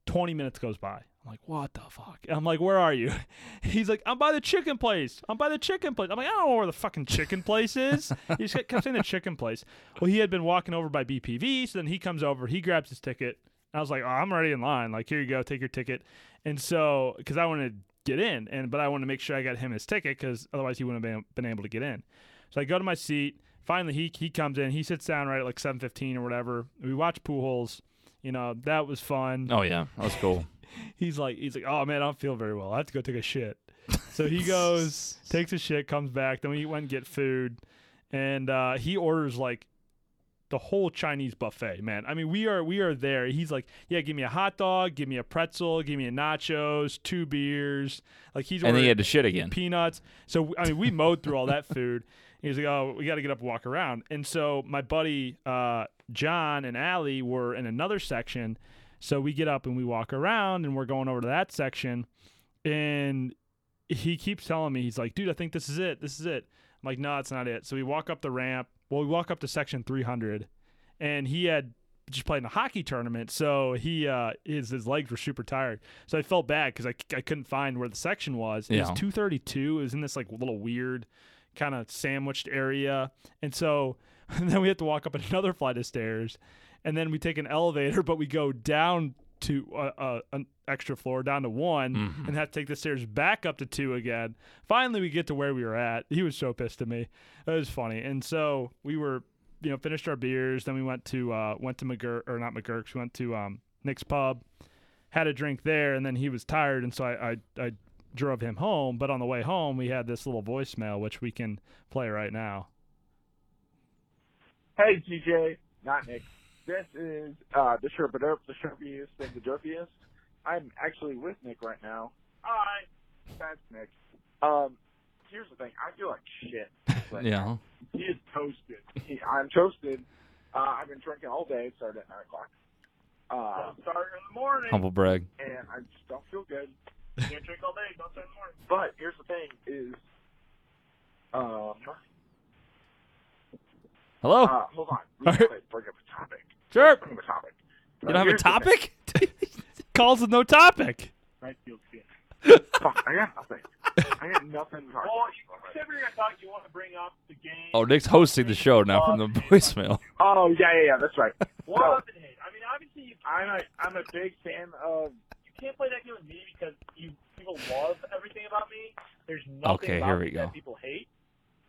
[SPEAKER 2] Twenty minutes goes by. I'm like, "What the fuck?" And I'm like, "Where are you?" He's like, "I'm by the chicken place. I'm by the chicken place." I'm like, "I don't know where the fucking chicken place is." he just kept saying the chicken place. Well, he had been walking over by BPV, so then he comes over. He grabs his ticket. And I was like, "Oh, I'm already in line. Like, here you go, take your ticket." And so, because I wanted to get in, and but I wanted to make sure I got him his ticket, because otherwise he wouldn't have been, been able to get in. So I go to my seat. Finally, he he comes in. He sits down right at like 7:15 or whatever. We watch Pujols. You know that was fun.
[SPEAKER 1] oh yeah, that was cool.
[SPEAKER 2] He's like he's like, oh man, I don't feel very well. I have to go take a shit. So he goes, takes a shit, comes back. Then we went and get food, and uh, he orders like the whole Chinese buffet. Man, I mean, we are we are there. He's like, yeah, give me a hot dog, give me a pretzel, give me a nachos, two beers. Like he's
[SPEAKER 1] and then
[SPEAKER 2] ordering-
[SPEAKER 1] he had to shit again.
[SPEAKER 2] peanuts. So I mean, we mowed through all that food. He's like, "Oh, we got to get up, and walk around." And so my buddy, uh, John and Allie were in another section. So we get up and we walk around and we're going over to that section. And he keeps telling me, he's like, dude, I think this is it. This is it. I'm like, no, it's not it. So we walk up the ramp. Well, we walk up to section 300, and he had just played in a hockey tournament, so he uh, his his legs were super tired. So I felt bad because I, I couldn't find where the section was. It
[SPEAKER 1] Yeah.
[SPEAKER 2] was 232. It was in this like little weird kind of sandwiched area, and so and then we have to walk up another flight of stairs, and then we take an elevator, but we go down to uh, uh, an extra floor down to one and have to take the stairs back up to two again. Finally, we get to where we were at. He was so pissed at me. It was funny. And so we were, you know, finished our beers. Then we went to, uh, went to McGurk, or not McGurk's, we went to um, Nick's Pub, had a drink there, and then he was tired. And so I, I, I drove him home. But on the way home, we had this little voicemail, which we can play right now.
[SPEAKER 9] Hey, GJ, not Nick. This is uh, the Sherpaderp, the Sherpiest, and the Derpiest. I'm actually with Nick right now. Hi. That's Nick. Um, here's the thing. I feel like shit. Right
[SPEAKER 1] Yeah.
[SPEAKER 9] He is toasted. He, I'm toasted. Uh, I've been drinking all day. It started at 9 o'clock. Uh, started in the morning.
[SPEAKER 1] Humble brag.
[SPEAKER 9] and I just don't feel good. Can't drink all day, don't in the morning. But here's the thing: is um,
[SPEAKER 1] Hello?
[SPEAKER 9] uh, hold on, we gotta bring up a topic.
[SPEAKER 1] Sure.
[SPEAKER 9] Bring up a topic.
[SPEAKER 1] You don't have a topic?
[SPEAKER 2] Calls with no topic.
[SPEAKER 9] I feel shit. Fuck, I got nothing. I got nothing. To talk well, you are gonna talk, you want to bring up the game.
[SPEAKER 1] oh, Nick's hosting the show now from the
[SPEAKER 2] Uh,
[SPEAKER 1] voicemail.
[SPEAKER 9] Oh yeah, yeah, yeah. That's right. Love and hate. I mean, obviously, you, I'm a I'm a big fan of. You can't play that game with me because you people love everything about me. There's nothing
[SPEAKER 1] Okay,
[SPEAKER 9] about
[SPEAKER 1] here we
[SPEAKER 9] me
[SPEAKER 1] go.
[SPEAKER 9] that people hate.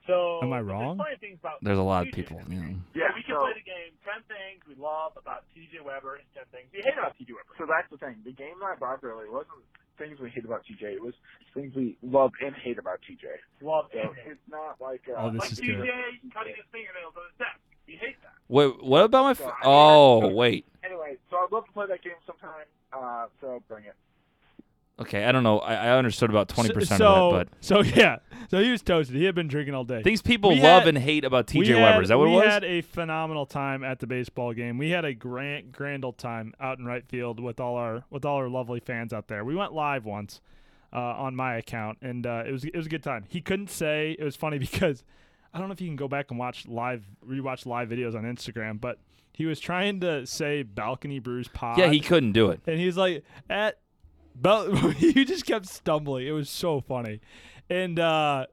[SPEAKER 9] So
[SPEAKER 2] Am I
[SPEAKER 9] but there's
[SPEAKER 2] wrong?
[SPEAKER 9] plenty of things about
[SPEAKER 1] There's a lot of
[SPEAKER 9] TJ.
[SPEAKER 1] people. Yeah.
[SPEAKER 9] Yeah, we can play the game. Ten things we love about TJ Weber and ten things we hate about TJ Weber. So that's the thing. The game that I brought earlier wasn't things we hate about TJ. It was things we love and hate about TJ. Love and hate. It's not like uh,
[SPEAKER 2] Oh, this
[SPEAKER 9] like
[SPEAKER 2] is
[SPEAKER 9] TJ
[SPEAKER 2] good.
[SPEAKER 9] cutting his fingernails on his desk. We hate that.
[SPEAKER 1] Wait, what about my. F- oh, wait.
[SPEAKER 9] Anyway, so I'd love to play that game sometime. Uh, so bring it.
[SPEAKER 1] Okay, I don't know. I, I understood about 20%
[SPEAKER 2] so,
[SPEAKER 1] of that,
[SPEAKER 2] So yeah, so he was toasted. He had been drinking all day.
[SPEAKER 1] but. Things people
[SPEAKER 2] We
[SPEAKER 1] love
[SPEAKER 2] had-
[SPEAKER 1] and hate about
[SPEAKER 2] We
[SPEAKER 1] TJ
[SPEAKER 2] had-
[SPEAKER 1] Weber. Is that what it
[SPEAKER 2] we
[SPEAKER 1] was?
[SPEAKER 2] had a phenomenal time at the baseball game. We had a grand grand old time out in right field with all our with all our lovely fans out there. We went live once uh, on my account, and uh, it was it was a good time. He couldn't say it was funny because I don't know if you can go back and watch live rewatch live videos on Instagram, but he was trying to say balcony brews pod.
[SPEAKER 1] yeah, he couldn't do it.
[SPEAKER 2] and he was like at Bel- he just kept stumbling. It was so funny, and uh,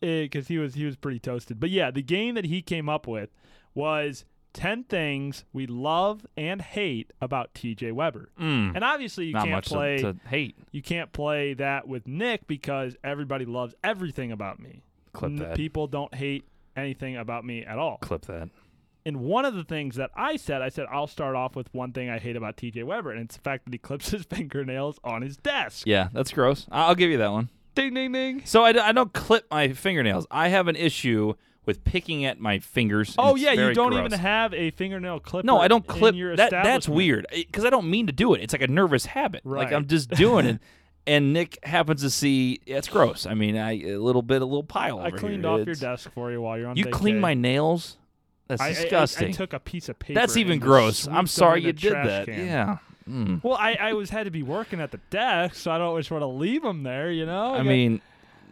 [SPEAKER 2] because he was he was pretty toasted. But yeah, the game that he came up with was ten things we love and hate about T.J. Weber.
[SPEAKER 1] Mm,
[SPEAKER 2] And obviously, you
[SPEAKER 1] not
[SPEAKER 2] can't
[SPEAKER 1] much to-
[SPEAKER 2] play
[SPEAKER 1] to hate.
[SPEAKER 2] you can't play that with Nick because everybody loves everything about me.
[SPEAKER 1] Clip
[SPEAKER 2] N-
[SPEAKER 1] that.
[SPEAKER 2] People don't hate anything about me at all.
[SPEAKER 1] Clip that.
[SPEAKER 2] And one of the things that I said, I said, I'll start off with one thing I hate about TJ Weber, and it's the fact that he clips his fingernails on his desk.
[SPEAKER 1] Yeah, that's gross. I- I'll give you that one.
[SPEAKER 2] Ding, ding, ding.
[SPEAKER 1] So I, d- I don't clip my fingernails. I have an issue with picking at my fingers. and
[SPEAKER 2] Oh,
[SPEAKER 1] it's
[SPEAKER 2] yeah, you
[SPEAKER 1] very
[SPEAKER 2] don't
[SPEAKER 1] gross.
[SPEAKER 2] even have a fingernail clipper.
[SPEAKER 1] No, I don't
[SPEAKER 2] in
[SPEAKER 1] clip.
[SPEAKER 2] your
[SPEAKER 1] That, that's
[SPEAKER 2] establishment.
[SPEAKER 1] weird because I don't mean to do it. It's like a nervous habit. Like
[SPEAKER 2] Right.
[SPEAKER 1] I'm just doing it, and Nick happens to see. It's gross. I mean, I a little bit, a little pile.
[SPEAKER 2] I
[SPEAKER 1] over
[SPEAKER 2] cleaned
[SPEAKER 1] here.
[SPEAKER 2] off your
[SPEAKER 1] It's-
[SPEAKER 2] desk for you while you're on
[SPEAKER 1] You
[SPEAKER 2] vacay.
[SPEAKER 1] cleaned my nails. That's
[SPEAKER 2] I- I- I-
[SPEAKER 1] disgusting.
[SPEAKER 2] I, took a piece of paper.
[SPEAKER 1] that's even
[SPEAKER 2] and just
[SPEAKER 1] gross.
[SPEAKER 2] swooped
[SPEAKER 1] I'm sorry
[SPEAKER 2] them in
[SPEAKER 1] you
[SPEAKER 2] the
[SPEAKER 1] did
[SPEAKER 2] trash
[SPEAKER 1] that.
[SPEAKER 2] can.
[SPEAKER 1] Yeah. Mm.
[SPEAKER 2] Well, I, I was had to be working at the desk, so I don't always want to leave them there, you know?
[SPEAKER 1] I
[SPEAKER 2] got-
[SPEAKER 1] mean,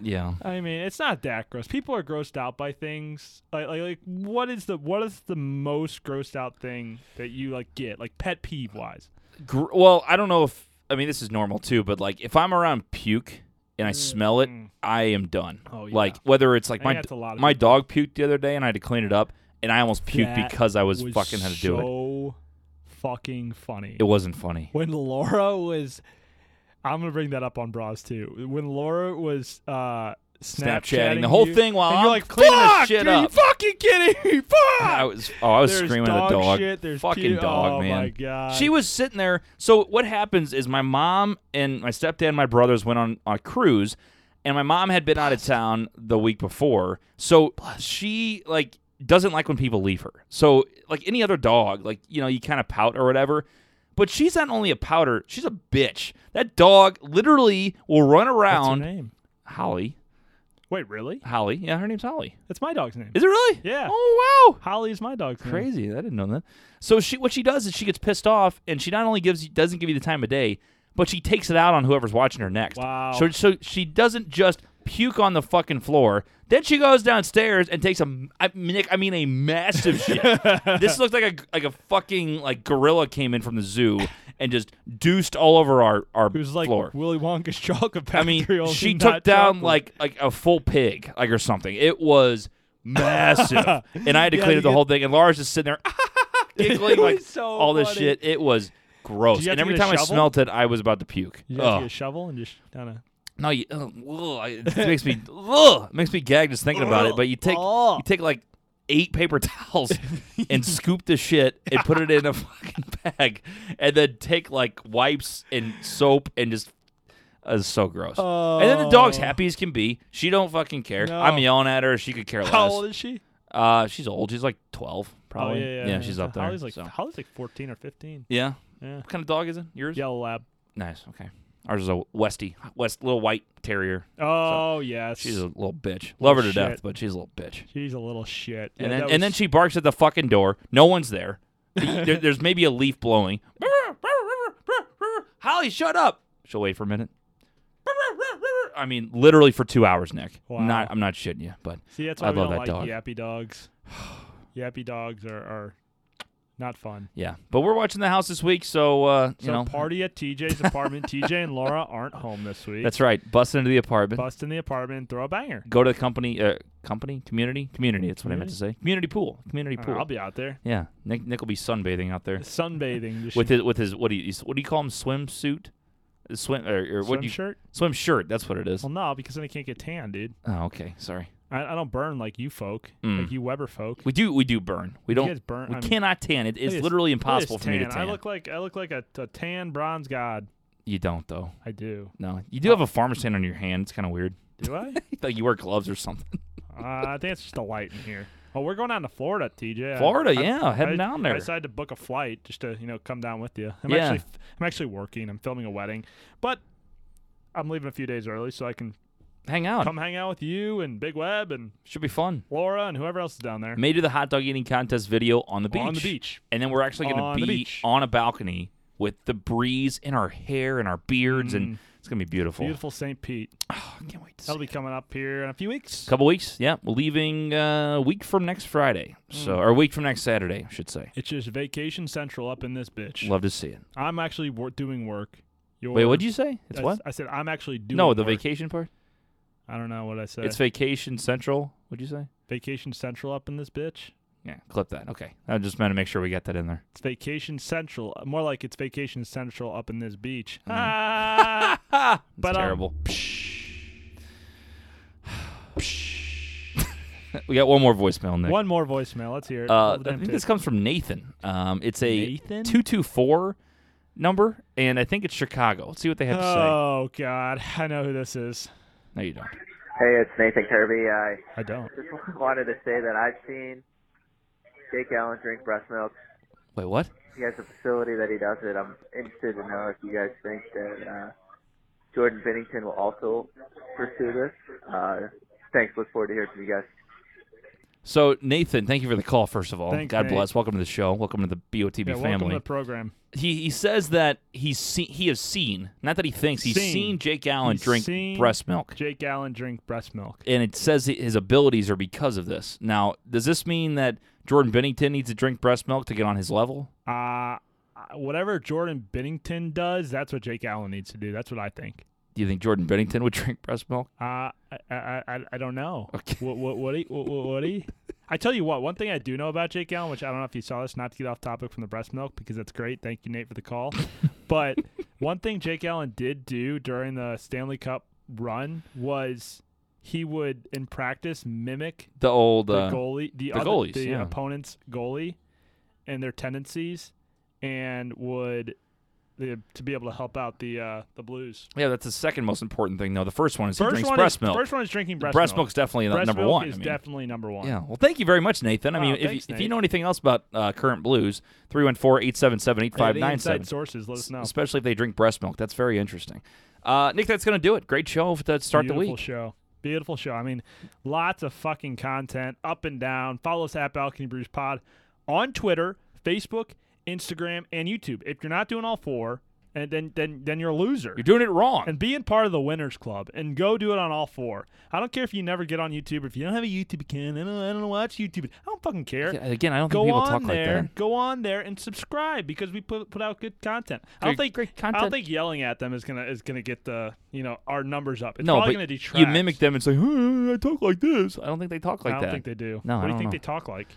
[SPEAKER 1] yeah.
[SPEAKER 2] I mean, it's not that gross. People are grossed out by things. Like, like, like, what is the what is the most grossed out thing that you like get, like pet peeve wise?
[SPEAKER 1] Gr- well, I don't know if I mean this is normal too, but like if I'm around puke and I smell it, I am done.
[SPEAKER 2] Mm, Oh, yeah.
[SPEAKER 1] Like whether it's like
[SPEAKER 2] I
[SPEAKER 1] my
[SPEAKER 2] think that's a lot of
[SPEAKER 1] my
[SPEAKER 2] people.
[SPEAKER 1] dog puked the other day and I had to clean it up, and I almost puked
[SPEAKER 2] That
[SPEAKER 1] because I was, fucking had to do it.
[SPEAKER 2] So fucking funny.
[SPEAKER 1] It wasn't funny.
[SPEAKER 2] when Laura was, I'm gonna bring that up on Bras too. When Laura was uh,
[SPEAKER 1] Snapchatting the whole
[SPEAKER 2] you,
[SPEAKER 1] thing while
[SPEAKER 2] and you're
[SPEAKER 1] I'm-
[SPEAKER 2] like cleaning the
[SPEAKER 1] Fuck,
[SPEAKER 2] shit
[SPEAKER 1] are you
[SPEAKER 2] up. fucking kidding me? Fuck.
[SPEAKER 1] I was oh I was
[SPEAKER 2] There's
[SPEAKER 1] screaming at the
[SPEAKER 2] dog
[SPEAKER 1] dog.
[SPEAKER 2] shit, there's
[SPEAKER 1] fucking
[SPEAKER 2] puke-
[SPEAKER 1] dog,
[SPEAKER 2] oh,
[SPEAKER 1] man.
[SPEAKER 2] my God.
[SPEAKER 1] She was sitting there. So what happens is my mom and my stepdad and my brothers went on a cruise and my mom had been out of town the week before. So she like doesn't like when people leave her. So like any other dog, like you know, you kind of pout or whatever. But she's not only a pouter, she's a bitch. That dog literally will run
[SPEAKER 2] What's her
[SPEAKER 1] around
[SPEAKER 2] name?
[SPEAKER 1] Holly.
[SPEAKER 2] Wait, really?
[SPEAKER 1] Holly. Yeah, her name's Holly.
[SPEAKER 2] That's my dog's name.
[SPEAKER 1] Is it really?
[SPEAKER 2] Yeah.
[SPEAKER 1] Oh wow.
[SPEAKER 2] Holly is my dog's name.
[SPEAKER 1] Crazy. I didn't know that. So she what she does is she gets pissed off and she not only gives you- doesn't give you the time of day, but she takes it out on whoever's watching her next.
[SPEAKER 2] Wow.
[SPEAKER 1] So so she doesn't just puke on the fucking floor. Then she goes downstairs and takes a m- I, Nick, I mean a massive shit. this looked like a like a fucking like gorilla came in from the zoo and just deuced all over our our
[SPEAKER 2] It was like
[SPEAKER 1] floor.
[SPEAKER 2] Willy Wonka's chocolate
[SPEAKER 1] I
[SPEAKER 2] factory.
[SPEAKER 1] mean,
[SPEAKER 2] only
[SPEAKER 1] she
[SPEAKER 2] not
[SPEAKER 1] took down
[SPEAKER 2] chocolate.
[SPEAKER 1] like like a full pig, like or something. It was massive, and I had to
[SPEAKER 2] Yeah,
[SPEAKER 1] clean
[SPEAKER 2] you
[SPEAKER 1] up the
[SPEAKER 2] get-
[SPEAKER 1] whole thing. And Laura's just sitting there ah, giggling
[SPEAKER 2] It was
[SPEAKER 1] like
[SPEAKER 2] so
[SPEAKER 1] all this
[SPEAKER 2] funny.
[SPEAKER 1] shit. It was gross,
[SPEAKER 2] Did you
[SPEAKER 1] and
[SPEAKER 2] have to
[SPEAKER 1] every
[SPEAKER 2] get a
[SPEAKER 1] time I
[SPEAKER 2] shovel?
[SPEAKER 1] smelt it, I was about to puke.
[SPEAKER 2] You have to
[SPEAKER 1] Ugh.
[SPEAKER 2] get a shovel and just kind of.
[SPEAKER 1] No, you, ugh, ugh, I- it makes me ugh, it makes me gag just thinking about it. But you take
[SPEAKER 2] Ugh.
[SPEAKER 1] you take like eight paper towels and scoop the shit and put it in a fucking bag, and then take like wipes and soap and just. Uh, it's so gross. and then the dog's
[SPEAKER 2] Oh.
[SPEAKER 1] happy as can be. She don't fucking care.
[SPEAKER 2] No.
[SPEAKER 1] I'm yelling at her. She could care less.
[SPEAKER 2] How old is she?
[SPEAKER 1] Uh, she's old. She's like 12,
[SPEAKER 2] Oh,
[SPEAKER 1] probably.
[SPEAKER 2] yeah, yeah,
[SPEAKER 1] she's up there.
[SPEAKER 2] Holly's like,
[SPEAKER 1] so.
[SPEAKER 2] Holly's like 14 or 15.
[SPEAKER 1] Yeah.
[SPEAKER 2] Yeah.
[SPEAKER 1] What kind of dog is it? Yours?
[SPEAKER 2] Yellow lab.
[SPEAKER 1] Nice. Okay. Ours is a Westie, West little white terrier.
[SPEAKER 2] Oh, yes.
[SPEAKER 1] She's a little bitch. Love her to
[SPEAKER 2] Shit.
[SPEAKER 1] death, but she's a little bitch.
[SPEAKER 2] She's a little shit.
[SPEAKER 1] And
[SPEAKER 2] Yeah,
[SPEAKER 1] then
[SPEAKER 2] that
[SPEAKER 1] and
[SPEAKER 2] was-
[SPEAKER 1] then she barks at the fucking door. No one's there. there there's maybe a leaf blowing. Holly, shut up. She'll wait for a minute. I mean, literally for two hours, Nick.
[SPEAKER 2] Wow.
[SPEAKER 1] Not, I'm not shitting you, but
[SPEAKER 2] See, that's why
[SPEAKER 1] I
[SPEAKER 2] we
[SPEAKER 1] love
[SPEAKER 2] don't
[SPEAKER 1] that
[SPEAKER 2] like
[SPEAKER 1] dog.
[SPEAKER 2] yappy dogs. yappy dogs are, are not fun.
[SPEAKER 1] yeah. But we're watching the house this week, so uh, you
[SPEAKER 2] So
[SPEAKER 1] know,
[SPEAKER 2] party at TJ's apartment. TJ and Laura aren't home this week.
[SPEAKER 1] that's right. Bust into the apartment.
[SPEAKER 2] bust in the apartment, throw a banger.
[SPEAKER 1] Go to the company, uh, company, community, community. That's what I meant to say. Community pool, community
[SPEAKER 2] Uh,
[SPEAKER 1] pool.
[SPEAKER 2] I'll be out there
[SPEAKER 1] yeah, Nick, Nick will be sunbathing out there.
[SPEAKER 2] sunbathing just
[SPEAKER 1] with his with his what do you what do you call him swimsuit Uh, swim or, or what
[SPEAKER 2] swim
[SPEAKER 1] do you
[SPEAKER 2] shirt.
[SPEAKER 1] swim shirt that's what it is
[SPEAKER 2] Well, no, because then I can't get tan, dude.
[SPEAKER 1] oh okay sorry
[SPEAKER 2] I, I don't burn like you folk,
[SPEAKER 1] Mm.
[SPEAKER 2] like you Weber folk.
[SPEAKER 1] we do we do burn we
[SPEAKER 2] You
[SPEAKER 1] don't
[SPEAKER 2] guys burn-
[SPEAKER 1] we
[SPEAKER 2] I'm-
[SPEAKER 1] cannot tan it
[SPEAKER 2] Look
[SPEAKER 1] is
[SPEAKER 2] at this-
[SPEAKER 1] literally
[SPEAKER 2] look at this
[SPEAKER 1] impossible for me to tan
[SPEAKER 2] I look like I look like a, a tan bronze god.
[SPEAKER 1] you don't though
[SPEAKER 2] I do.
[SPEAKER 1] no you do
[SPEAKER 2] Oh.
[SPEAKER 1] have a farmer's tan on your hand it's kind of weird
[SPEAKER 2] Do I?
[SPEAKER 1] like you wear gloves or something
[SPEAKER 2] Uh, I think it's just the light in here. Oh, we're going down to Florida, TJ. I-
[SPEAKER 1] Florida
[SPEAKER 2] I-
[SPEAKER 1] yeah heading
[SPEAKER 2] I-
[SPEAKER 1] down there
[SPEAKER 2] I decided to book a flight just to you know come down with you. I'm
[SPEAKER 1] Yeah.
[SPEAKER 2] actually I'm actually working. I'm filming a wedding, but I'm leaving a few days early so I can
[SPEAKER 1] hang out
[SPEAKER 2] come hang out with you and Big Web and
[SPEAKER 1] should be fun
[SPEAKER 2] Laura and whoever else is down there.
[SPEAKER 1] may do the hot dog eating contest video on the beach
[SPEAKER 2] On the beach.
[SPEAKER 1] and then we're actually going
[SPEAKER 2] On
[SPEAKER 1] to
[SPEAKER 2] the
[SPEAKER 1] be
[SPEAKER 2] beach.
[SPEAKER 1] on a balcony with the breeze in our hair and our beards and it's going to be beautiful. Oh,
[SPEAKER 2] Mm. Beautiful St. Pete.
[SPEAKER 1] I can't wait to see
[SPEAKER 2] That'll be coming up here in a few weeks.
[SPEAKER 1] couple weeks yeah we're leaving uh, a week from next friday so
[SPEAKER 2] Hmm.
[SPEAKER 1] or a week from next saturday i should say
[SPEAKER 2] It's just vacation central up in this bitch.
[SPEAKER 1] love to see it
[SPEAKER 2] I'm actually wor- doing work. You're,
[SPEAKER 1] wait what'd you say it's
[SPEAKER 2] I,
[SPEAKER 1] what
[SPEAKER 2] I said I'm actually doing.
[SPEAKER 1] no the
[SPEAKER 2] work.
[SPEAKER 1] vacation part
[SPEAKER 2] I don't know what I said.
[SPEAKER 1] it's vacation central what'd you say
[SPEAKER 2] vacation central up in this bitch.
[SPEAKER 1] yeah clip that okay i just meant to make sure we got that in there
[SPEAKER 2] It's vacation central. More like it's vacation central up in this beach.
[SPEAKER 1] Mm-hmm.
[SPEAKER 2] Ah!
[SPEAKER 1] ah, it's
[SPEAKER 2] But, um,
[SPEAKER 1] terrible we got one more voicemail Nick.
[SPEAKER 2] One more voicemail. Let's hear it.
[SPEAKER 1] Uh,
[SPEAKER 2] Hold
[SPEAKER 1] I
[SPEAKER 2] them
[SPEAKER 1] think
[SPEAKER 2] two.
[SPEAKER 1] this comes from Nathan. Um, it's a
[SPEAKER 2] Nathan?
[SPEAKER 1] 224 number, and I think it's Chicago. Let's see what they have to say.
[SPEAKER 2] oh God, I know who this is.
[SPEAKER 1] No, you don't.
[SPEAKER 8] Hey, it's Nathan Kirby. I
[SPEAKER 2] I don't.
[SPEAKER 8] just wanted to say that I've seen Jake Allen drink breast milk.
[SPEAKER 1] Wait, what?
[SPEAKER 8] He has a facility that he does it. I'm interested to know if you guys think that uh, Jordan Bennington will also pursue this. Uh, thanks. Look forward to hearing from you guys.
[SPEAKER 1] So Nathan, thank you for the call. First of all,
[SPEAKER 2] Thanks,
[SPEAKER 1] God
[SPEAKER 2] Nate.
[SPEAKER 1] bless. Welcome to the show. Welcome to the BOTB
[SPEAKER 2] Yeah, welcome to
[SPEAKER 1] family.
[SPEAKER 2] the program.
[SPEAKER 1] he he says that he's seen he has seen not that he thinks he's
[SPEAKER 2] Seen.
[SPEAKER 1] seen, Jake Allen
[SPEAKER 2] He's
[SPEAKER 1] drink
[SPEAKER 2] seen
[SPEAKER 1] breast milk,
[SPEAKER 2] Jake Allen drink breast milk.
[SPEAKER 1] and it says that his abilities are because of this. Now, does this mean that Jordan Bennington needs to drink breast milk to get on his level?
[SPEAKER 2] Uh whatever Jordan Bennington does, that's what Jake Allen needs to do. That's what I think.
[SPEAKER 1] Do you think Jordan Bennington would drink breast milk?
[SPEAKER 2] Uh, I, I, I, I don't know.
[SPEAKER 1] Okay.
[SPEAKER 2] What, what, what, he, what, what, what he? I tell you what, one thing I do know about Jake Allen, which I don't know if you saw this, not to get off topic from the breast milk because that's great. Thank you, Nate, for the call. but one thing Jake Allen did do during the Stanley Cup run was he would, in practice, mimic
[SPEAKER 1] The old
[SPEAKER 2] the
[SPEAKER 1] uh,
[SPEAKER 2] goalie, the, other,
[SPEAKER 1] goalies,
[SPEAKER 2] the
[SPEAKER 1] yeah.
[SPEAKER 2] opponent's goalie, and their tendencies, and would the, to be able to help out the uh, the Blues.
[SPEAKER 1] yeah, that's the second most important thing though. The first one is he
[SPEAKER 2] First
[SPEAKER 1] drinks
[SPEAKER 2] one
[SPEAKER 1] breast
[SPEAKER 2] is,
[SPEAKER 1] milk.
[SPEAKER 2] First one is drinking breast,
[SPEAKER 1] breast
[SPEAKER 2] milk.
[SPEAKER 1] milk's definitely the
[SPEAKER 2] breast
[SPEAKER 1] number
[SPEAKER 2] milk
[SPEAKER 1] one.
[SPEAKER 2] Is
[SPEAKER 1] I mean.
[SPEAKER 2] definitely number one.
[SPEAKER 1] Yeah. Well, thank you very much, Nathan. I
[SPEAKER 2] Wow,
[SPEAKER 1] mean, if,
[SPEAKER 2] thanks,
[SPEAKER 1] if you
[SPEAKER 2] Nate.
[SPEAKER 1] know anything else about uh, current blues, 314 877
[SPEAKER 2] Any inside
[SPEAKER 1] 8597.
[SPEAKER 2] sources, let us know.
[SPEAKER 1] Especially if they drink breast milk. That's very interesting. Uh, Nick, that's going to do it. Great show to start
[SPEAKER 2] Beautiful
[SPEAKER 1] the week.
[SPEAKER 2] show. Beautiful show. I mean, lots of fucking content up and down. Follow us at Balcony Brews Pod on Twitter, Facebook, Instagram, and YouTube. If you're not doing all four, and then then then you're a loser.
[SPEAKER 1] You're doing it wrong.
[SPEAKER 2] and being part of the winners club and go do it on all four. I don't care if you never get on YouTube or if you don't have a YouTube account. I don't, I don't watch YouTube. I don't fucking care.
[SPEAKER 1] Again, I don't think
[SPEAKER 2] Go
[SPEAKER 1] people
[SPEAKER 2] on
[SPEAKER 1] talk
[SPEAKER 2] there,
[SPEAKER 1] like that.
[SPEAKER 2] go on there and subscribe because we put put out good content. I don't
[SPEAKER 1] Great-
[SPEAKER 2] think
[SPEAKER 1] great
[SPEAKER 2] I
[SPEAKER 1] content.
[SPEAKER 2] don't think yelling at them is gonna is gonna get the you know our numbers up. It's
[SPEAKER 1] No,
[SPEAKER 2] probably
[SPEAKER 1] but
[SPEAKER 2] gonna detract.
[SPEAKER 1] you mimic them and say, "Huh, "I talk like this." I don't think they talk like
[SPEAKER 2] I don't
[SPEAKER 1] that.
[SPEAKER 2] think they do.
[SPEAKER 1] No,
[SPEAKER 2] what
[SPEAKER 1] I
[SPEAKER 2] do you
[SPEAKER 1] don't
[SPEAKER 2] think
[SPEAKER 1] know.
[SPEAKER 2] they talk like?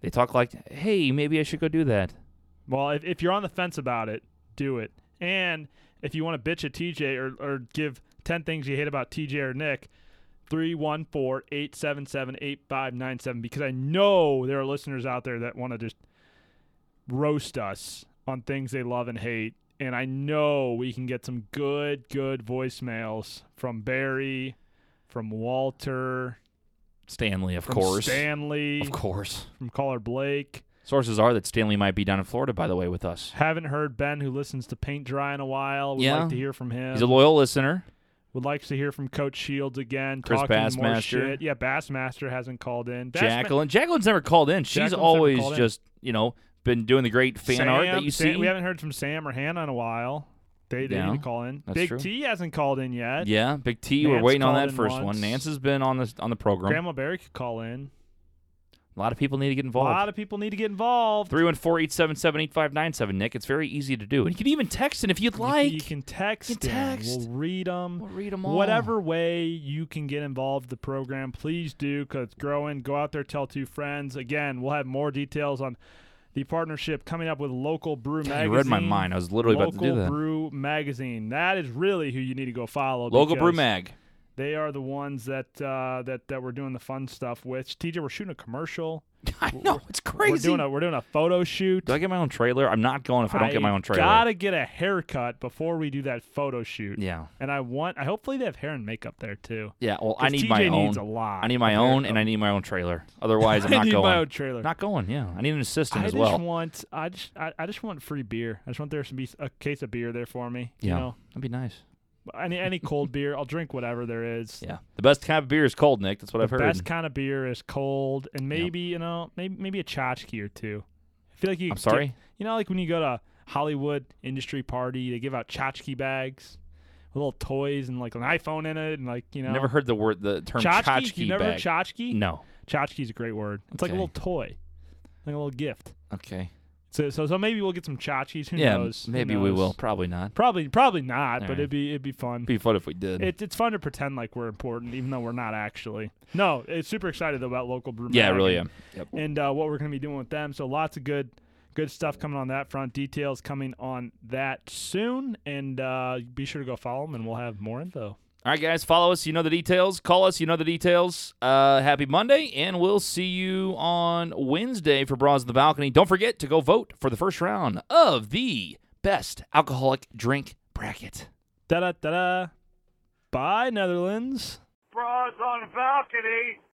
[SPEAKER 1] They talk like, "Hey, maybe I should go do that."
[SPEAKER 2] Well, if, if you're on the fence about it, do it. And if you want to bitch at TJ or, or give 10 things you hate about TJ or Nick, 314 877 8597, because I know there are listeners out there that want to just roast us on things they love and hate. And I know we can get some good, good voicemails from Barry, from Walter,
[SPEAKER 1] Stanley, of
[SPEAKER 2] from
[SPEAKER 1] course,
[SPEAKER 2] Stanley,
[SPEAKER 1] of course.
[SPEAKER 2] from caller Blake.
[SPEAKER 1] Sources are that Stanley might be down in Florida, by the way, with us.
[SPEAKER 2] Haven't heard Ben, who listens to Paint Dry in a while. Would
[SPEAKER 1] Yeah.
[SPEAKER 2] like to hear from him.
[SPEAKER 1] He's a loyal listener.
[SPEAKER 2] Would like to hear from Coach Shields again.
[SPEAKER 1] Chris
[SPEAKER 2] talking more
[SPEAKER 1] Bassmaster.
[SPEAKER 2] shit. Yeah, Bassmaster hasn't called in. Bassma-
[SPEAKER 1] Jacqueline. Jacqueline's never called in. She's
[SPEAKER 2] Jacqueline's never
[SPEAKER 1] always
[SPEAKER 2] called in.
[SPEAKER 1] just, you know, been doing the great fan art that
[SPEAKER 2] Sam-
[SPEAKER 1] you
[SPEAKER 2] Sam-
[SPEAKER 1] see.
[SPEAKER 2] We haven't heard from Sam or Hannah in a while. They, they
[SPEAKER 1] Yeah,
[SPEAKER 2] didn't call in.
[SPEAKER 1] that's
[SPEAKER 2] Big
[SPEAKER 1] true.
[SPEAKER 2] T hasn't called in yet.
[SPEAKER 1] yeah, Big T. we're
[SPEAKER 2] Nance
[SPEAKER 1] waiting on
[SPEAKER 2] called
[SPEAKER 1] that
[SPEAKER 2] in
[SPEAKER 1] first one.
[SPEAKER 2] once.
[SPEAKER 1] Nance has been on the on the program.
[SPEAKER 2] Grandma Barry could call in.
[SPEAKER 1] a lot of people need to get
[SPEAKER 2] A lot
[SPEAKER 1] involved.
[SPEAKER 2] of people need to get involved.
[SPEAKER 1] 314-877-8597, Nick. It's very easy to do. And you can even text in if you'd
[SPEAKER 2] You can-
[SPEAKER 1] like.
[SPEAKER 2] you, can text.
[SPEAKER 1] you can
[SPEAKER 2] in.
[SPEAKER 1] text.
[SPEAKER 2] We'll read them.
[SPEAKER 1] We'll read 'em all.
[SPEAKER 2] Whatever way you can get involved with the program, please do because it's growing. Go out there, tell two friends. Again, we'll have more details on the partnership coming up with Local Brew
[SPEAKER 1] Yeah,
[SPEAKER 2] Magazine.
[SPEAKER 1] you read my mind. I was literally about to do
[SPEAKER 2] Local
[SPEAKER 1] that.
[SPEAKER 2] Brew Magazine. That is really who you need to go follow.
[SPEAKER 1] Local Brew
[SPEAKER 2] because
[SPEAKER 1] Mag.
[SPEAKER 2] They are the ones that uh, that that we're doing the fun stuff with. TJ, we're shooting a commercial.
[SPEAKER 1] I know. It's
[SPEAKER 2] We're
[SPEAKER 1] crazy.
[SPEAKER 2] doing a we're doing a photo shoot.
[SPEAKER 1] do I get my own trailer? I'm not going if I don't get my own trailer.
[SPEAKER 2] Gotta get a haircut before we do that photo shoot.
[SPEAKER 1] Yeah.
[SPEAKER 2] And I want. I hopefully they have hair and makeup there too.
[SPEAKER 1] Yeah, well, I
[SPEAKER 2] 'Cause
[SPEAKER 1] need
[SPEAKER 2] TJ
[SPEAKER 1] my own.
[SPEAKER 2] needs a lot
[SPEAKER 1] I need my
[SPEAKER 2] of
[SPEAKER 1] own, and
[SPEAKER 2] haircut.
[SPEAKER 1] I need my own trailer. Otherwise, I'm
[SPEAKER 2] I
[SPEAKER 1] not
[SPEAKER 2] need
[SPEAKER 1] going.
[SPEAKER 2] my own trailer.
[SPEAKER 1] Not going. Yeah, I need an assistant
[SPEAKER 2] I
[SPEAKER 1] as
[SPEAKER 2] just
[SPEAKER 1] well.
[SPEAKER 2] want. I just. I, I just want free beer. I just want there to be a case of beer there for me.
[SPEAKER 1] yeah,
[SPEAKER 2] You know,
[SPEAKER 1] that'd be nice.
[SPEAKER 2] any any cold beer. I'll drink whatever there is.
[SPEAKER 1] Yeah, the best kind of beer is cold, Nick. That's what I've
[SPEAKER 2] the
[SPEAKER 1] heard.
[SPEAKER 2] best kind of beer is cold, and maybe you know, maybe maybe a tchotchke or two. I feel like you.
[SPEAKER 1] I'm
[SPEAKER 2] get-
[SPEAKER 1] sorry?
[SPEAKER 2] you know, like when you go to Hollywood industry party, they give out tchotchke bags with little toys and like an iPhone in it, and like you know,
[SPEAKER 1] Never heard the word, the term
[SPEAKER 2] tchotchke.
[SPEAKER 1] tchotchke
[SPEAKER 2] you never
[SPEAKER 1] bag.
[SPEAKER 2] heard tchotchke?
[SPEAKER 1] no.
[SPEAKER 2] Tchotchke's a great word. It's like a
[SPEAKER 1] Okay.
[SPEAKER 2] little toy, like a little gift.
[SPEAKER 1] Okay.
[SPEAKER 2] So, so, so maybe we'll get some tchotchkes. Who
[SPEAKER 1] yeah,
[SPEAKER 2] knows? Who
[SPEAKER 1] maybe we
[SPEAKER 2] knows?
[SPEAKER 1] will. Probably not.
[SPEAKER 2] Probably, probably not.
[SPEAKER 1] All
[SPEAKER 2] but
[SPEAKER 1] right.
[SPEAKER 2] it'd be, it'd be fun.
[SPEAKER 1] Be fun if we did.
[SPEAKER 2] It, it's fun to pretend like we're important, even though we're not actually. No, it's super excited though about local brew.
[SPEAKER 1] yeah, I
[SPEAKER 2] Mag
[SPEAKER 1] really
[SPEAKER 2] and-
[SPEAKER 1] am. Yep.
[SPEAKER 2] And uh, what we're going to be doing with them. So lots of good, good stuff coming on that front. Details coming on that soon, and uh, be sure to go follow them, and we'll have more info.
[SPEAKER 1] All right, guys, follow us. You know the details. Call us. You know the details. Uh, happy Monday, and we'll see you on Wednesday for Bras on the Balcony. Don't forget to go vote for the first round of the best alcoholic drink bracket.
[SPEAKER 2] Da da da da. Bye, Netherlands.
[SPEAKER 6] Bras on balcony.